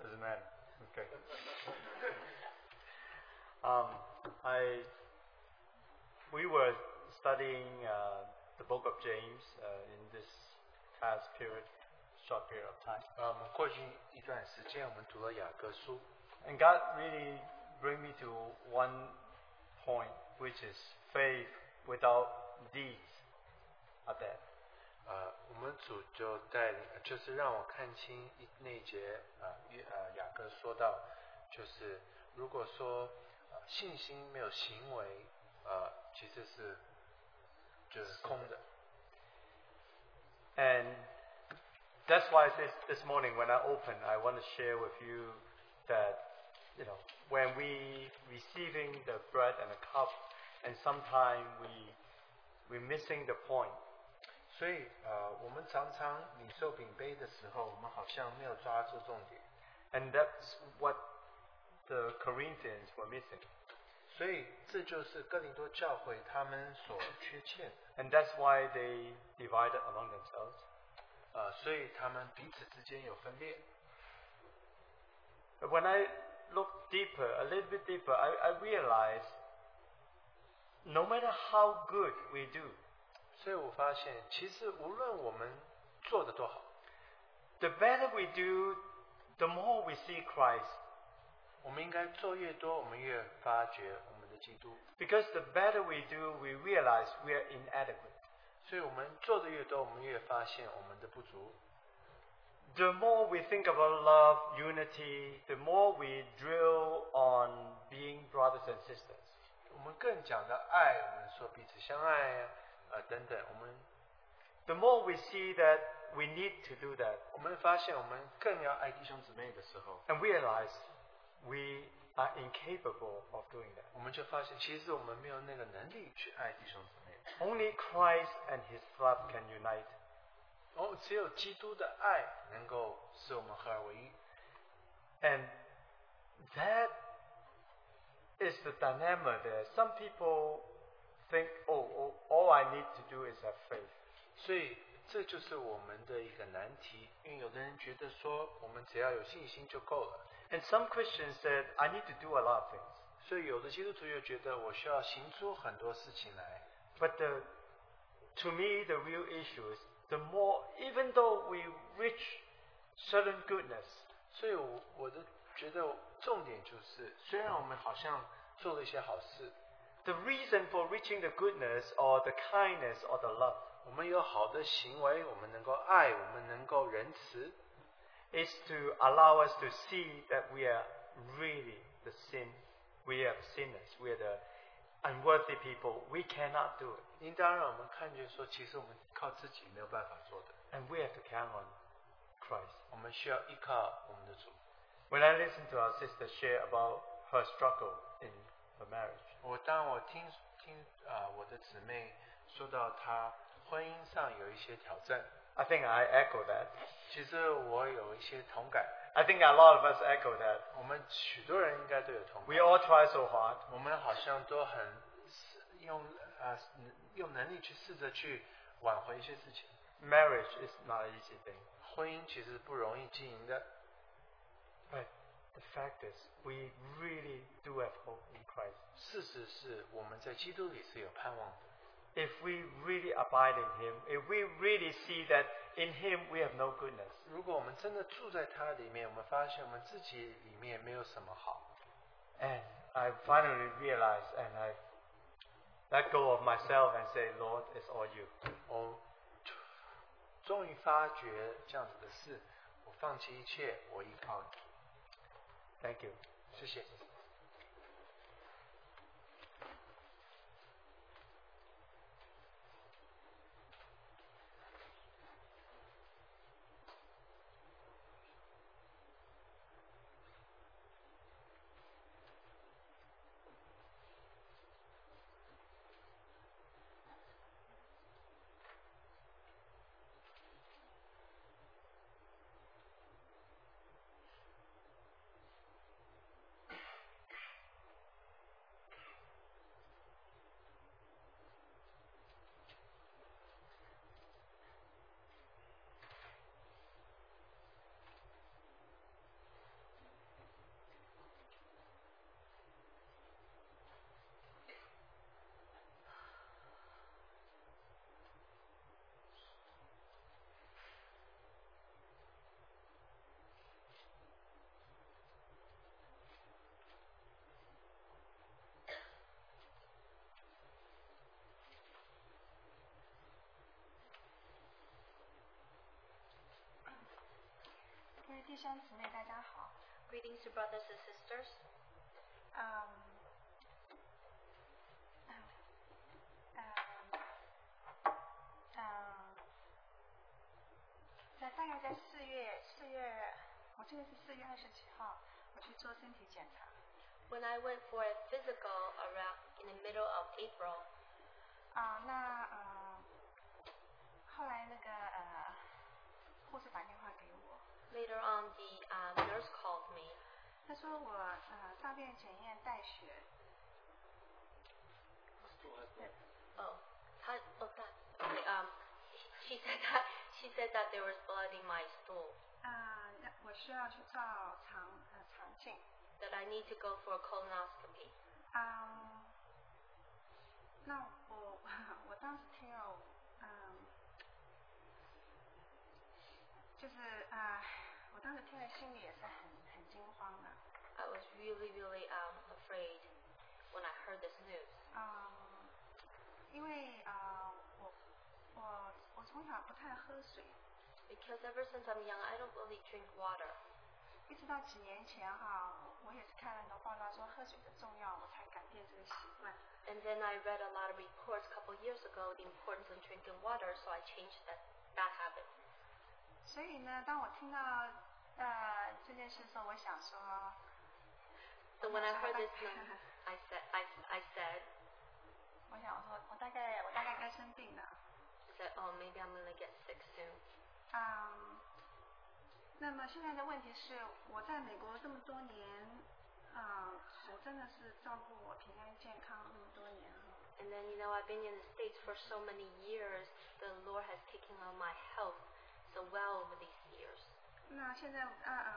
Doesn't matter. Okay. Um, I we were studying uh, the book of James uh, in this past period, short period of time, 呃，我们过去一段时间，我们读了雅各书， and God really bring me to one point, which is faith without deeds are dead. 呃，我们主就带领，就是让我看清一那一节，呃，约呃雅各说到，就是如果说、呃、信心没有行为，呃，其实是就是空的。 And that's why this, this morning when I open, I want to share with you that, you know, when we receiving the bread and the cup, and sometimes we, we're missing the point. 所以呃，我们常常领受饼杯的时候，我们好像没有抓住重点。 And that's what the Corinthians were missing. 所以这就是哥林多教会他们所缺欠的， And that's why they divided among themselves. 呃，所以他们彼此之间有分裂。 But when I look deeper, a little bit deeper, I, I realize no matter how good we do, 所以我发现，其实无论我们做的多好， the better we do, the more we see Christ. 我们应该做越多，我们越发掘我们的基督。 Because the better we do, we realize we are inadequate. 所以我们做的越多，我们越发现我们的不足。 The more we think about love, unity, the more we drill on being brothers and sisters. 我们更讲的爱，我们说彼此相爱呀，呃等等，我们 The more we see that we need to do that 我们发现我们更要爱弟兄姊妹的时候， and realize we are incapable of doing that. 我们就发现其实我们没有那个能力去爱弟兄姊妹。 Only Christ and His love can unite. 哦，只有基督的爱能够使我们合而为一， And that is the dilemma there. Some people think, oh, oh all I need to do is have faith. 所以这就是我们的一个难题。因为有的人觉得说我们只要有信心就够了， And some Christians said, I need to do a lot of things. 所以有的基督徒又觉得我需要行出很多事情来。 But the, to me, the real issue is the more, even though we reach certain goodness, 所以我我的觉得重点就是，虽然我们好像做了一些好事， the reason for reaching the goodness or the kindness or the love 我们有好的行为，我们能够爱，我们能够仁慈， is to allow us to see that we are really the sin. We are sinners. We are the unworthy people. We cannot do it. 应当让我们看见说，其实我们靠自己没有办法做的， And we have to count on Christ. 我们需要依靠我们的主。 When I listen to our sister share about her struggle in her marriage, 我当我听听啊、我的姊妹说到她婚姻上有一些挑战， I think I echo that. 其实我有一些同感， I think a lot of us echo that. 我们许多人应该都有同 We 感。 all try so hard. 我们好像都很试用啊、用能力去试着去挽回一些事情。 Marriage is not an easy thing. 婚姻其实不容易经营的， But the fact is, we really do have hope in Christ. 事实是我们在基督里是有盼望的。 If we really abide in Him, if we really see that in Him we have no goodness, 如果我们真的住在它里面，我们发现我们自己里面没有什么好。 and I finally realize and I let go of myself and say, Lord, it's all you. 我终于发觉这样子的事，我放弃一切，我依靠你。 Thank you. 谢谢。各位弟兄姊妹，大家好。 Greetings to brothers and sisters. 嗯，嗯，嗯，嗯，um, 在大概在四月，四月，我记得是四月二十几号，我去做身体检查。 When I went for a physical around in the middle of April, 啊、那呃，后来那个呃，护士打电话给我， later on the um, nurse called me. 她说我呃大便检验带血， Oh, I, oh that, okay, um, she said that she said that there was blood in my stool. 啊、那我需要去照肠呃肠镜。 That I need to go for a colonoscopy. 啊，那我 我当时听了，嗯，就是啊、我当时听了心里也是很很惊慌的。 I was really really um afraid when I heard this news 啊、因为啊、我我我从小不太喝水， because ever since I'm young, I don't really drink water. 一直到几年前哈、我也是看了很多报道说喝水的重要，我才改变这个习惯。 And then I read a lot of reports a couple years ago the importance of drinking water, so I changed that that habit. 啊、所以呢，当我听到呃这件事的时候，我想说， So when I heard this number, I said, I, I said, 我想我说我大概我大概该生病了， I said, oh, maybe I'm gonna get sick soon. 嗯，那么现在的问题是，我在美国这么多年，啊、我真的是照顾我平安健康那么多年了。 And then, you know, I've been in the States for so many years. The Lord has taken on my health so well over these years. 那现在，啊啊，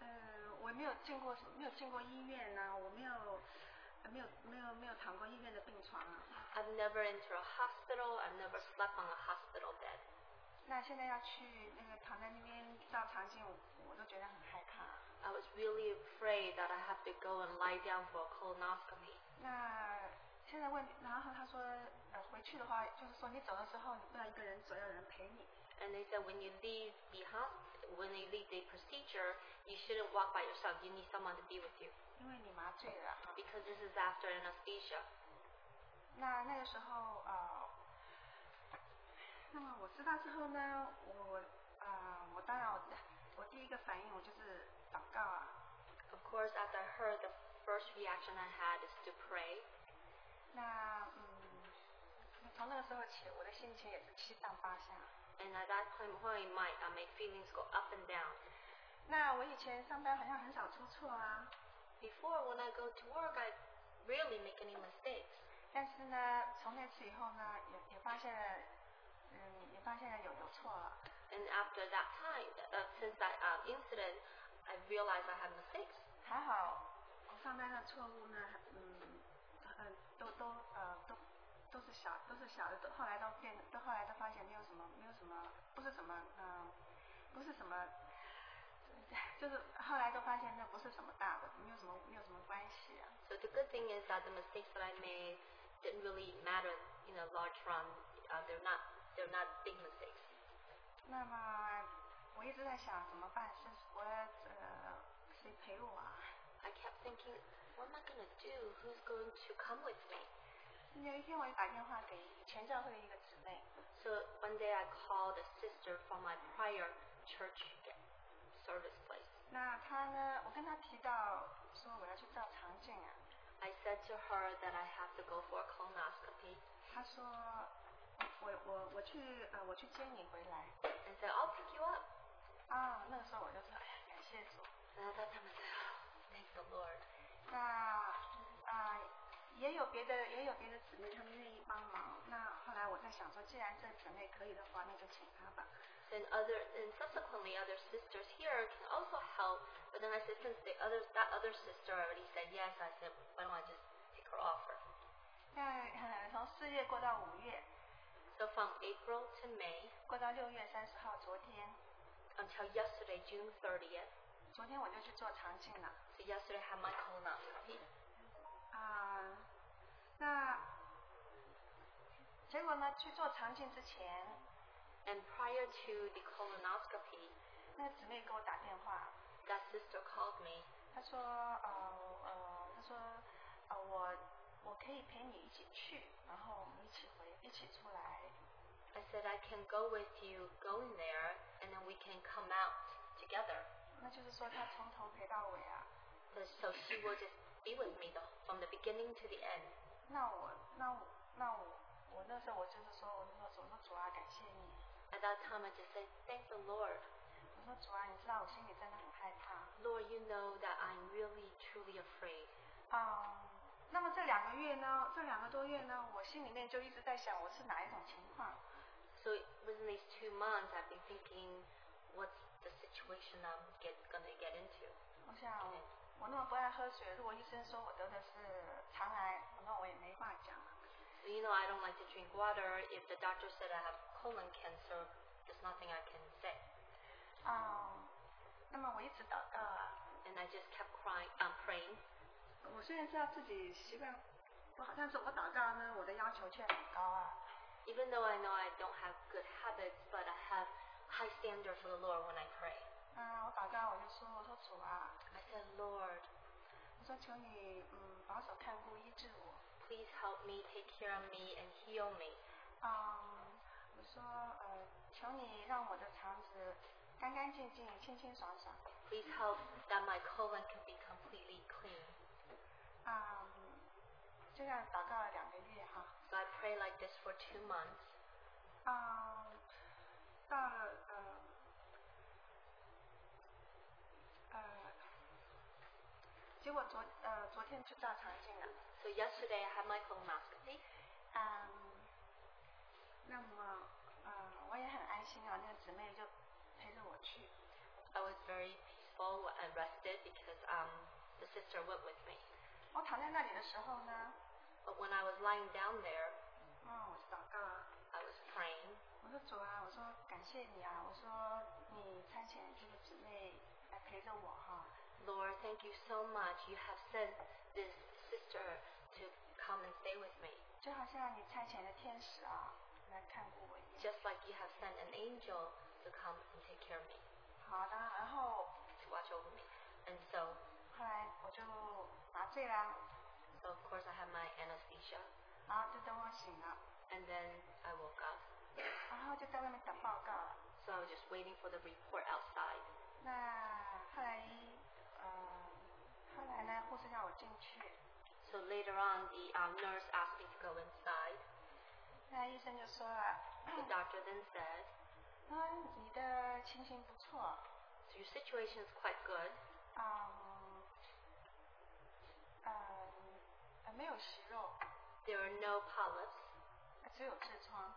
嗯、呃我没有进过没有进过医院呢、我没有没有没有没有躺过医院的病床啊。 I've never entered a hospital. I've never slept on a hospital bed. 那现在要去那个躺在那边照肠镜，我都觉得很害怕。 I was really afraid that I have to go and lie down for a colonoscopy. 那现在问，然后他说，呃，回去的话，就是说你走的时候，你不要一个人走，要有人陪你。 And they said when you leave the hosp- when you leave the procedure, you shouldn't walk by yourself. You need someone to be with you 因为你麻醉了。 because this is after anesthesia. 那那个时候，呃，那么我知道之后呢，我啊、我当然我我第一个反应我就是祷告啊， Of course, after I heard, the first reaction I had is to pray. 那嗯，从那个时候起，我的心情也是七上八下。 And at that point, point my uh, my feelings go up and down. 那我以前上班好像很少出错啊， Before, when I go to work, I rarely make any mistakes. 但是呢，从那次以后呢，也也发现了，嗯，也发现了有有错了。 And after that time, uh, since that um, incident, I realized I had mistakes. 还好我上班的错误呢，嗯，呃，都都呃都都是小都是小的，都后来都变，都后来都发现没有什么没有什么不是什么嗯、不是什么，就是后来都发现那不是什么大的，没有什么没有什么关系啊。 So the good thing is that the mistakes that I made didn't really matter in a large run. Uh, they're not they're not big mistakes. 那么我一直在想怎么办，是我呃谁陪我啊？ I kept thinking, what am I gonna do? Who's going to come with me? 有一天我就打电话给全教会的一个姊妹， So one day I called a sister from my prior church service place. 那她呢，我跟她提到说我要去照肠镜啊。 I said to her that I have to go for a colonoscopy 他说我我我去呃我去接你回来 and said, I'll pick you up. 啊，那个时候我就说哎呀感谢主， And at that time I said, oh, thank the Lord. 那啊、也有别的也有别的姊妹她们愿意帮忙，那后来我在想说，既然这姊妹可以的话，那就请她吧。 Then other and subsequently other sisters here can also help. But then I said since the other that other sister already said yes, I said why don't I just take her offer? 那、呃、从四月过到五月， So from April to May 过到六月三十号，昨天 until yesterday, June 30th. 昨天我就去做肠镜了 So yesterday I had my colonoscopy. 啊、那结果呢去做肠镜之前， And prior to the colonoscopy, 那个姊妹给我打电话， that sister called me 他说，呃呃，他说，呃，我我可以陪你一起去，然后我们一起回，一起出来。 I said, I can go with you going there, and then we can come out together. 那就是说，他从头陪到尾啊。 And So she will just be with me the, from the beginning to the end. 那我，那我，那我，我那时候我就是说，我就说主，我说主啊，感谢你。 At that time, I just said, Thank the Lord. 我说主啊，你知道我心里真的很害怕。 Lord, you know that I'm really, truly afraid. 啊、那么这两个月呢，这两个多月呢，我心里面就一直在想，我是哪一种情况？ So within these two months, I've been thinking, what's the situation I'm get, gonna get into? 我想，我那么不爱喝水，如果医生说我得的是肠癌，那我也没话讲了。 So you know, I don't like to drink water. If the doctor said I have colon cancer, there's nothing I can say. 啊、那么我一直祷告啊。 And I just kept crying, um, praying. 我虽然知道自己习惯不好，但是我祷告呢，我的要求却很高啊。 Even though I know I don't have good habits, but I have high standard for the Lord when I pray. 啊，我祷告我就说，我说主啊， I said, Lord, 我说求你嗯保守看顾医治我。 please help me, take care of me, and heal me. 嗯啊、我说呃，求你让我的肠子干干净净、清清爽爽。 Please help that my colon can be completely clean. 啊、就这样祷告了两个月哈。 So I pray like this for two months. 啊、到了呃呃，结果昨呃昨天就照常进了。 So yesterday I had my colonoscopy. 嗯，那么呃我也很安心啊，那个姊妹就陪着我去。 I was very peaceful and rested because um, the sister went with me. 我躺在那里的时候呢， But when I was lying down there, 嗯，我就祷告啊。 I was praying. 我说主啊，我说感谢你啊，我说你差遣这个姊妹来陪着我哈、 Lord, thank you so much. You have sent this sister to come and stay with me, 就好像你差遣的天使啊来看顾我一样。 just like you have sent an angel to come and take care of me, 好的，然后 to watch over me. And so, 后来我就麻醉啦， so of course I had my anesthesia, 然后就等我醒了， and then I woke up. 然后就在外面等报告了。 So I was just waiting for the report outside. 那后来呃，后来呢，护士让我进去， So later on, the um, nurse asked me to go inside. 那医生就说了， The doctor then said, 嗯，你的情形不错， so your situation is quite good. 嗯，呃，呃没有息肉， There are no polyps. 只有痔疮。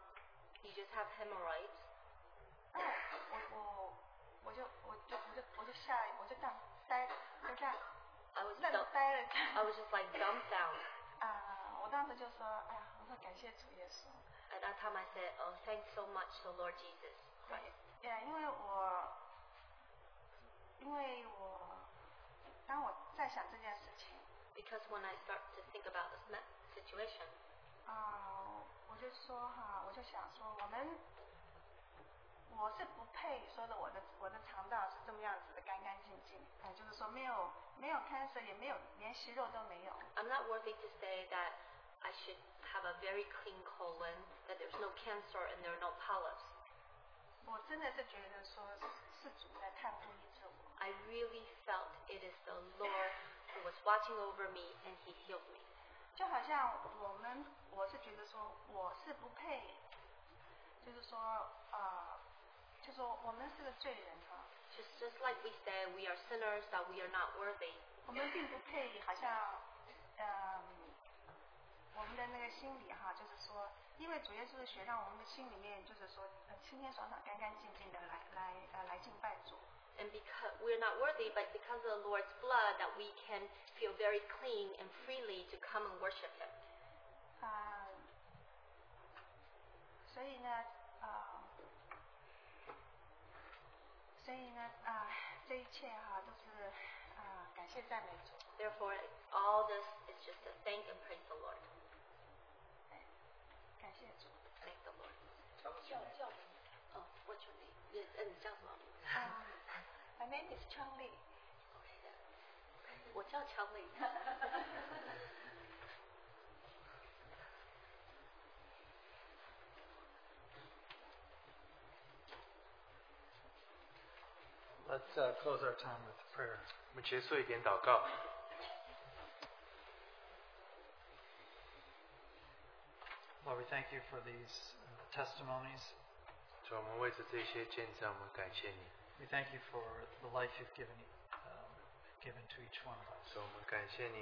You just have hemorrhoids. 那我我我就我就我就我就下来，我就这样呆，就这样 I was 愣 dumb. 呆了一下 I was just like dumbfounded. 啊！我当时就说，哎呀，我说感谢主耶稣， At that time, I said, "Oh, thanks so much to Lord Jesus Christ, 也因为我，因为我，当我在想这件事情， because when I start to think about this ma- situation, 啊、我就说哈，我就想说，我们，我是不配说的，我的我的肠道是这么样子的干干净净，哎、就是说没有没有 cancer，也没有连息肉都没有。 I'm not worthy to say that I should have a very clean colon, that there's no cancer and there are no polyps. 我真的是觉得说是主在看顾医治我， I really felt it is the Lord who was watching over me and He healed me. 就好像我们我是觉得说我是不配，就是说呃，就说我们是个罪人啊， Just just like we say we are sinners, that we are not worthy. 我们并不配，好像呃我们的那个心理哈，就是说，因为主耶稣的血让我们的心里面就是说呃清清爽爽、干干净净的来来呃来敬拜主。 And because we're not worthy, but because of the Lord's blood, that we can feel very clean and freely to come and worship Him. 啊，所以呢，啊，所以呢，啊，这一切哈、都是啊，感谢赞美主。 Therefore, all this is just to thank and praise the Lord. 感谢主。 Thank the Lord. Oh, what's your name? Yeah, and 你叫什么？啊 Um,，My name is Chang Li。 我叫乔伟。 Let's uh, close our time with prayer. 我们结束一点祷告。 Lord, we thank you for these uh, testimonies. 主，我们为着这些见证，我们感谢你。 We thank you for the life you've given, um, given to each one of us. 主，我们感谢你